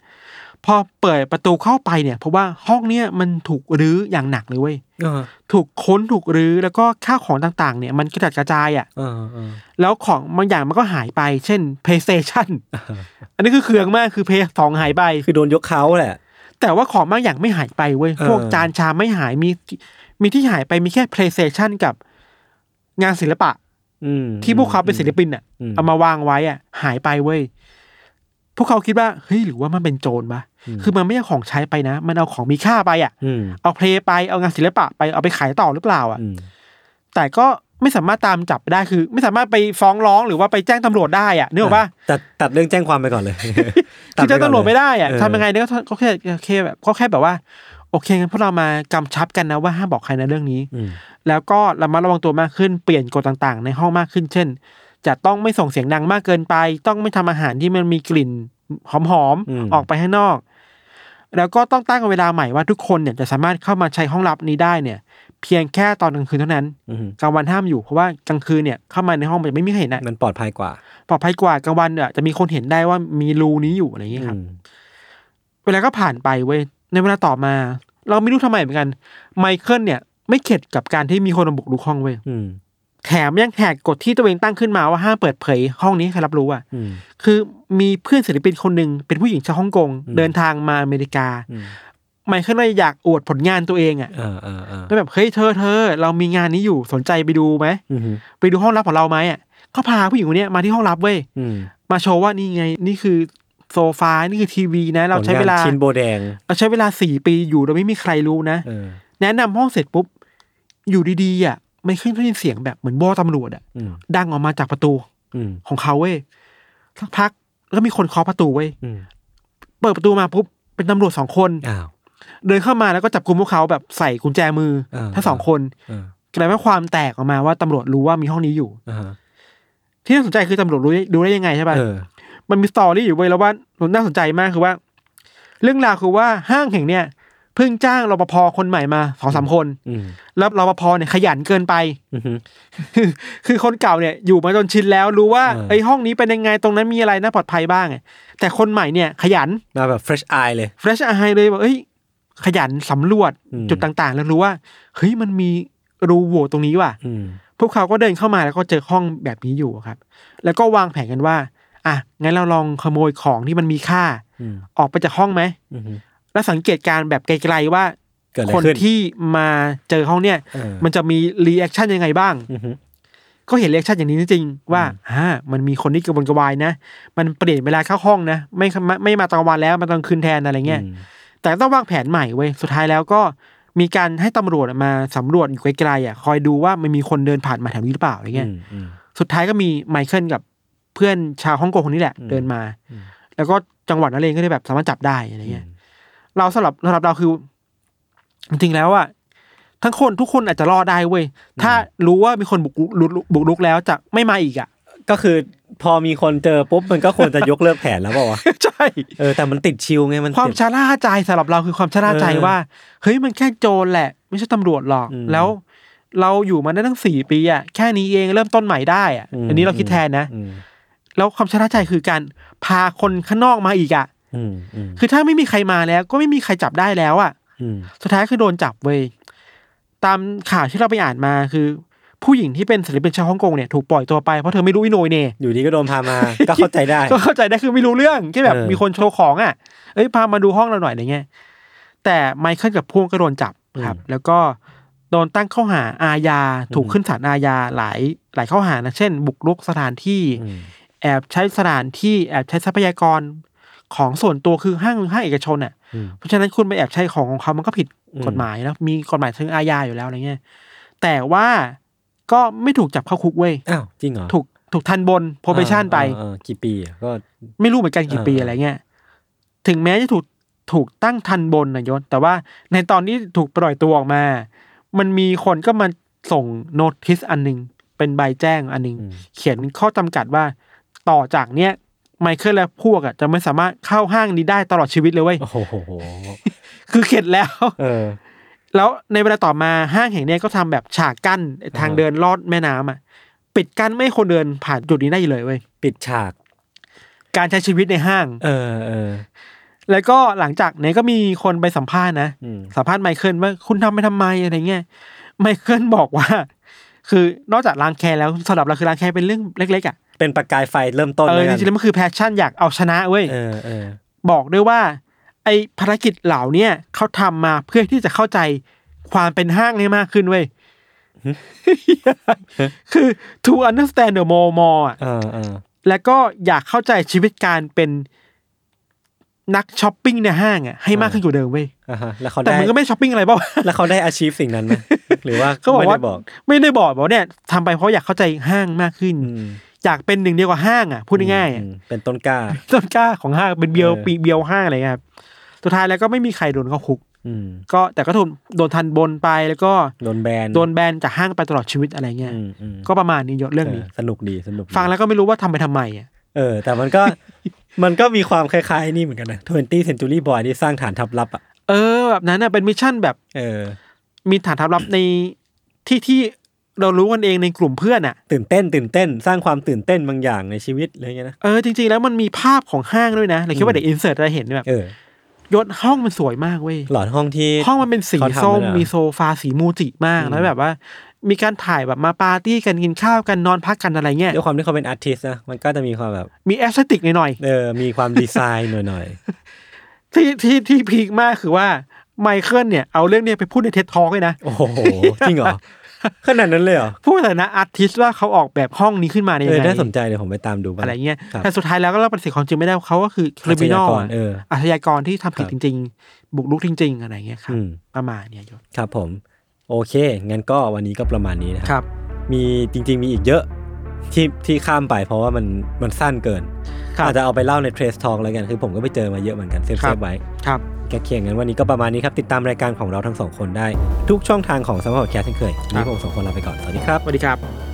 S2: พอเปิดประตูเข้าไปเนี่ยเพราะว่าห้องเนี่ยมันถูกรื้ออย่างหนักเลยเว้ย
S1: อ่า
S2: ถูกค้นถูกรื้อแล้วก็ข้าวของต่างๆ เนี่ยมันกระจัดกระจายอะ่ะ
S1: อ่าอ่า
S2: แล้วของบางอย่างมันก็หายไป เช่น PlayStation อันนี้คือเคืองมากคือ p พย์สองหายไป
S1: คือโดนยกเขาแหละ
S2: แต่ว่าของบางอย่างไม่หายไปเว้ย
S1: เออ
S2: พวกจานชามไม่หายมีมีที่หายไปมีแค่ PlayStation กับงานศิลปะ
S1: อืม
S2: ที่พวกเขาเป็นศิลปินอ่ะ
S1: อืม
S2: เอามาวางไว้อ่ะ หายไปเว้ยพวกเขาคิดว่าเฮ้ยหรือว่ามันเป็นโจรปะคือมันไม่ใช่ของใช้ไปนะ มันเอาของมีค่าไปอ่ะ
S1: อืม
S2: เอาเพลงไปเอางานศิลปะไปเอาไปขายต่อหรือเปล่าอ่ะ
S1: อืม
S2: แต่ก็ไม่สามารถตามจับได้คือ ไม่สามารถไปฟ้องร้องหรือว่าไปแจ้งตำรวจได้อะนึกออกปะ
S1: ตัดตัดเรื่องแจ้งความไปก่อนเลย
S2: คือแจ้งตำรวจไม่ได้อะ
S1: เออ
S2: ทำยังไงเนี่ยก็ก็แค่ก็แค่แบบก็แค่แบบว่า โอเคงั้นพวกเรามากำชับกันนะว่าห้ามบอกใครนะเรื่องนี้
S1: อืม
S2: แล้วก็ระมัดระวังตัวมากขึ้นเปลี่ยนกฎต่างๆ ในห้องมากขึ้น เช่น จะต้องไม่ส่งเสียงดังมากเกินไป ต้องไม่ทำอาหารที่มันมีกลิ่นหอม
S1: อืม
S2: ๆออกไปข้างนอก แล้วก็ต้องตั้งเวลาใหม่ว่าทุกคนเนี่ยจะสามารถเข้ามาใช้ห้องลับนี้ได้เนี่ย เพียงแค่ตอนกลางคืนเท่านั้น
S1: อืม
S2: กลางวันห้ามอยู่เพราะว่ากลางคืนเนี่ยเข้ามาในห้องมันจะไม่มีใครเห็นอะ
S1: มันปลอดภัยกว่า
S2: ปลอดภัยกว่ากลางวันเนี่ยจะมีคนเห็นได้ว่ามีรูนี้อยู่อะไรอย่างเงี้ยครับ
S1: อืม
S2: เวลาก็ผ่านไปเว้ยในเวลาต่อมา เราไม่รู้ทำไมเหมือนกันไมเคิลเนี่ย ไม่เข็ดกับการที่มีคนมาบุกรุกห้องเว้ย
S1: อืม
S2: แถมยังแหกกฎที่ตัวเองตั้งขึ้นมาว่าห้ามเปิดเผยห้องนี้ให้ใครรับรู้อะ
S1: อืม
S2: คือมีเพื่อนศิลปินคนหนึ่งเป็นผู้หญิงชาวฮ่องกง
S1: อืม
S2: เดินทางมาอเมริกา
S1: อืม
S2: ไมเคิลเลยอยากอวดผลงานตัวเองอะ
S1: อ่าอ่าอ่า
S2: ก็แบบเฮ้ยเธอเธอเรามีงานนี้อยู่สนใจไปดูไหม
S1: อืม
S2: ไปดูห้องลับของเราไหมอ่ะ เขาพาผู้หญิงคนเนี้ยมาที่ห้องลับเว้ย
S1: อืม
S2: มาโชว์ว่านี่ไง นี่คือโซฟานี่คือทีวีนะ เราใช้
S1: ผงน
S2: เวลา
S1: ชินโบแดง
S2: เราใช้เวลาสี่ปีอยู่โดยไม่มีใครรู้นะ
S1: เออ
S2: แนะนำห้องเสร็จปุ๊บ อยู่ดีๆอ่ะมันขึ้นได้ยินเสียงแบบเหมือนบอตำรวจอ่ะ
S1: อืม
S2: ดังออกมาจากประตู
S1: อืม
S2: ของเขาเว้ยสักพักแล้วก็มีคนเคาะประตูเว้ย
S1: อืม
S2: เปิดประตูมาปุ๊บเป็นตำรวจสองคน
S1: อ้าว
S2: เดินเข้ามาแล้วก็จับกลุ่มพวกเขาแบบใส่กุญแจมือ
S1: เออ
S2: ทั้งสองคน
S1: เออก
S2: ลายเป็นความแตกออกมาว่าตำรวจรู้ว่ามีห้องนี้อยู่
S1: อ่าฮะ
S2: ที่น่าสนใจคือตำรวจรู้ได้รู้ได้ยังไงใช่ป่ะ
S1: เออ
S2: มันมีสตอรี่อยู่เว้ยแล้วว่าน่าสนใจมากคือว่า เรื่องราวคือว่าห้างแห่งเนี้ยเพิ่งจ้างรปภคนใหม่มาสองสามคน
S1: อืม
S2: แล้วรปภเนี่ยขยันเกินไป
S1: อือฮึ
S2: คือคือคนเก่าเนี่ยอยู่มาจนชินแล้วรู้ว่า
S1: เออ
S2: ไอ้ห้องนี้เป็นยังไงตรงนั้นมีอะไรน่าปลอดภัยบ้างอะแต่คนใหม่เนี่ยขยัน
S1: มาแบบ fresh eye เลย
S2: เฟรชไอเลยว่าเอ้ย ขยันสำรวจ
S1: อืม
S2: จุดต่างๆ แล้วรู้ว่าเฮ้ยมันมีรูโหว่ตรงนี้ว่ะ
S1: อืม
S2: พวกเขาก็เดินเข้ามาแล้วก็เจอห้องแบบนี้อยู่อะครับ แล้วก็วางแผนกันว่า อ่ะงั้นเราลองขโมยของที่มันมีค่า
S1: อืม
S2: ออกไปจากห้องไหม
S1: อือฮึ
S2: แล้วสังเกตการณ์แบบไกลๆว่า
S1: เกิดอะไร
S2: คน
S1: ขึ้น
S2: ที่มาเจอห้องเนี่ย
S1: เออ
S2: มันจะมีรีแอคชั่นยังไงบ้าง
S1: อือฮึ
S2: ก็เห็นเรีแอคชั่นอย่างนี้จริงๆว่าอ่ามันมีคนที่กระวนกระวายนะ มันเปลี่ยนเวลาเข้าห้องนะ ไม่ไม่ไม่มาตอนกลางวันแล้วมาตอนคืนแทนอะไรเงี้ย
S1: อืม
S2: แต่ต้องวางแผนใหม่เว้ย สุดท้ายแล้วก็มีการให้ตำรวจมาสำรวจอยู่ไกลๆอ่ะ คอยดูว่ามันมีคนเดินผ่านมาแถวนี้หรือเปล่าอะไรเงี้ย
S1: อืมอืม
S2: สุดท้ายก็มีไมเคิลกับเพื่อนชาวฮ่องกงคนนี้แหละ
S1: อืม
S2: เดินมา
S1: อืม
S2: แล้วก็จังหวัดนั่นเองก็ได้แบบสามารถจับได้อะไรเงี้ย เราสำหรับสำหรับเราคือ จริงๆแล้วอะทั้งคนทุกคนอาจจะรอดได้เว้ยถ้ารู้ว่ามีคนบุกรุกบุกรุกแล้วจะไม่มาอีก อะ
S1: ก็คือพอมีคนเจอปุ๊บมันก็ควรจะยกเลิกแผนแล้วเป ล่าวะ
S2: ใช่
S1: เออแต่มันติดชิวไงมันติด
S2: ความชะล่าใจสำหรับเราคือความชะล่าใจ
S1: เออ
S2: ว่า เฮ้ยมันแค่โจรแหละ ไม่ใช่ตำรวจหรอก
S1: อืม
S2: แล้ว เราอยู่มาได้ตั้งสี่ปีอะแค่นี้เองเริ่มต้นใหม่ได้อะ
S1: อืม
S2: อันนี้เราคิดแทนนะ
S1: อืม
S2: แล้วความชะล่าใจคือการพาคนข้างนอกมาอีกอะ
S1: อืมอืม
S2: คือถ้าไม่มีใครมาแล้ว ก็ไม่มีใครจับได้แล้วอะ
S1: อืม
S2: สุดท้ายคือโดนจับเว้ยตามข่าวที่เราไปอ่านมาคือ ผู้หญิงที่เป็นศิลปินชาวฮ่องกงเนี่ยถูกปล่อยตัวไปเพราะเธอไม่รู้อิโหนยเน่
S1: อยู่ดีก็โดนพามา ก็เข้าใจได้
S2: ก็เข้าใจได้คือไม่รู้เรื่องแค่แบบ
S1: เออ
S2: มีคนโชว์ของอ่ะ เอ้ยพามาดูห้องเราหน่อยอะไรเงี้ยแต่ไมเคิลกับพวงก็โดนจับครับ
S1: อืม
S2: แล้วก็โดนตั้งข้อหาอาญาถูก
S1: อืม
S2: ขึ้นศาลอาญาหลายหลายข้อหานะเช่น บุกรุกสถานที่
S1: อืม
S2: แอบใช้สถานที่แอบใช้ทรัพยากรของส่วนตัวคือห้างห้างเอกชนอ่ะ
S1: อืม
S2: เพราะฉะนั้นคุณไปแอบใช้ของของเขามันก็ผิด
S1: อืม
S2: กฎหมายแล้วมีกฎหมายเชิงอาญาอยู่แล้วอะไรเงี้ย แต่ว่าก็ไม่ถูกจับเข้าคุกเว้ย
S1: อ้าวจริงเหรอ
S2: ถูกถูกทันบนโพเบชันไป
S1: เออเออกี่ปีอะก็
S2: ไม่รู้เหมือนกันกี่
S1: เออ
S2: ปีอะไรเงี้ย ถึงแม้จะถูกถูกตั้งทันบนนะยศ แต่ว่าในตอนที่ถูกปล่อยตัวออกมา มันมีคนก็มาส่งโน้ติสอันหนึง เป็นใบแจ้งอันหนึง
S1: อืม
S2: เขียนข้อจำกัดว่า ต่อจากเนี้ยไมเคิลและพวกอ่ะจะไม่สามารถเข้าห้างนี้ได้ตลอดชีวิตเลยเว้ย
S1: โอ้โห
S2: คือเข็ดแล้ว
S1: เออ
S2: แล้วในเวลาต่อมาห้างแห่งเนี้ยก็ทำแบบฉากกั้นทาง
S1: อ่า
S2: เดินลอดแม่น้ำอ่ะ ปิดกั้นไม่ให้คนเดินผ่านจุดนี้ได้เลยเว้ย
S1: ปิดฉาก
S2: การใช้ชีวิตในห้าง
S1: เออเออ
S2: แล้วก็หลังจากเนี้ยก็มีคนไปสัมภาษณ์นะ
S1: อืม
S2: สัมภาษณ์ไมเคิลว่าคุณทำไปทำไมอะไรเงี้ยไมเคิลบอกว่า คือนอกจากล้างแค้นแล้วสำหรับเราคือล้างแค้นเป็นเรื่องเล็กๆอ่ะ
S1: เป็นประกายไฟเริ่มต้น
S2: เออ
S1: แว
S2: จ
S1: กั
S2: ริงๆแล้วมันคือแพชชั่นอยากเอาชนะเว้ย
S1: เออเออ
S2: บอกด้วยว่า ไอภารกิจเหล่าเนี้ยเขาทำมาเพื่อที่จะเข้าใจความเป็นห้างให้มากขึ้นเว้ย คือ to understand the more more อ่ะ
S1: เออเออ
S2: แล้วก็อยากเข้าใจชีวิตการเป็นนักช้อปปิ้งในห้างอ่ะให้มากขึ้นกว่าเดิมเว้ย
S1: อ่าฮะแล้วเขา
S2: แต่
S1: ได้
S2: มันก็ไม่ช้อปปิ้งอะไรเปล่า
S1: แล้วเขาได้อาชีพสิ่งนั้นไหมหรือว่า
S2: เขาบอก
S1: ไม่
S2: ว่า
S1: ได้บอก
S2: ไม่ได้บอกบอกเนี่ยทำไปเพราะอยากเข้าใจห้างมากขึ้น
S1: อืม
S2: อยากเป็นหนึ่งเดียวกับห้างอ่ะ พูดง่ายๆอ่ะ
S1: อืมเป็นต้นกล้า
S2: ต้นกล้าของห้างเป็นเบียว
S1: เออ
S2: ปีเบียวห้างอะไรเงี้ยครับสุดท้ายแล้วก็ไม่มีใครโดนเข้าคุก
S1: อืม
S2: ก็แต่ก็โดนโดนทันบนไปแล้วก็
S1: โดนแบน
S2: โดนแบนจากห้างไปตลอดชีวิตอะไรเงี้ย
S1: อืมอืม
S2: ก็ประมาณนี้เยอะเรื่องนี้
S1: สนุกดีสนุกดี
S2: ฟังแล้วก็ไม่รู้ว่าทำไปทำไมอ่ะ
S1: เออ แต่มันก็ มันก็มีความคล้ายๆนี่เหมือนกันนะ20 Century Boy ที่สร้างฐานทัพลับอ่ะ
S2: เออแบบนั้นน่ะเป็นมิชชั่นแบบ
S1: เออ
S2: มีฐานทัพลับในที่ที่เรารู้กันเองในกลุ่มเพื่อนอ่ะ
S1: ตื่นเต้น ตื่นเต้น สร้างความตื่นเต้นบางอย่างในชีวิตอะไรเงี้ยนะ
S2: เออจริงๆแล้วมันมีภาพของห้างด้วยนะเราคิดว่าเดี๋ยวอินเสิร์ตจะเห็นแบบ
S1: เออย
S2: ศห้องมันสวยมากเว้ย
S1: หลอนห้องที่
S2: ห้องมันเป็นสี
S1: เขาทำ
S2: ส้
S1: ด้
S2: ม
S1: วยนะ
S2: มีโซฟาสีมูจิมากแล้วแบบว่า มีการถ่ายแบบมาปาร์ตี้กันกินข้าวกันนอนพักกันอะไรเงี้ย
S1: ด้วยความที่เขาเป็นอาร์ติสนะมันก็จะมีความแบบ
S2: มีแอสเซติกหน่อย
S1: เออมีความดีไซน์หน่อย
S2: ๆที่ที่ที่พีคมากคือว่าไมเคิลเนี่ยเอาเรื่องเนี้ยไปพูดในเท็ตท้องเลยนะ
S1: ๆ โอ้โห จริงเหรอ ขนาดนั้นเลยเหรอ
S2: ผู้ฐานะอาร์ติสว่าเขาออกแบบห้องนี้ขึ้นมาในย
S1: เอ
S2: ยั
S1: อง
S2: ไง
S1: น่าสนใจเดี๋ยวผมไปตามดูบ้าง
S2: อะไรเงี้ย
S1: ครับ
S2: แต่สุดท้ายแล้วก็เราปฏิเสธความจริงไม่ได้ว่าเขาก็คือคริมินอล
S1: อาชญากรเออ
S2: อาชญากรที่ทำผิด
S1: ครับ
S2: จริง ๆ บุกรุกจริง ๆ อะไรเงี้ยครับ
S1: อืม
S2: ประมาณเนี่ยยศ
S1: ครับผม โอเค งั้นก็วันนี้ก็ประมาณนี้นะ
S2: ค
S1: ครับ
S2: รับ
S1: มีจริง ๆ มีอีกเยอะที่ที่ข้ามไปเพราะว่ามันมันสั้นเกิน
S2: ครับ
S1: อาจจะเอาไปเล่าในเทรสทองแล้วกัน คือผมก็ไปเจอมาเยอะเหมือนกันเซฟ
S2: ครั
S1: เซฟ
S2: บ
S1: ไว้
S2: ครับ
S1: ก็เคียงงั้นวันนี้ก็ประมาณนี้ครับ ติดตามรายการของเราทั้งสองคนได้ ทุกช่องทางของสมาร์ทแคสเช่นเคยวัน
S2: ครั
S1: นี้
S2: บ
S1: ผมสองคนลาไปก่อน สวัสดีครับ
S2: สวัสดีครับ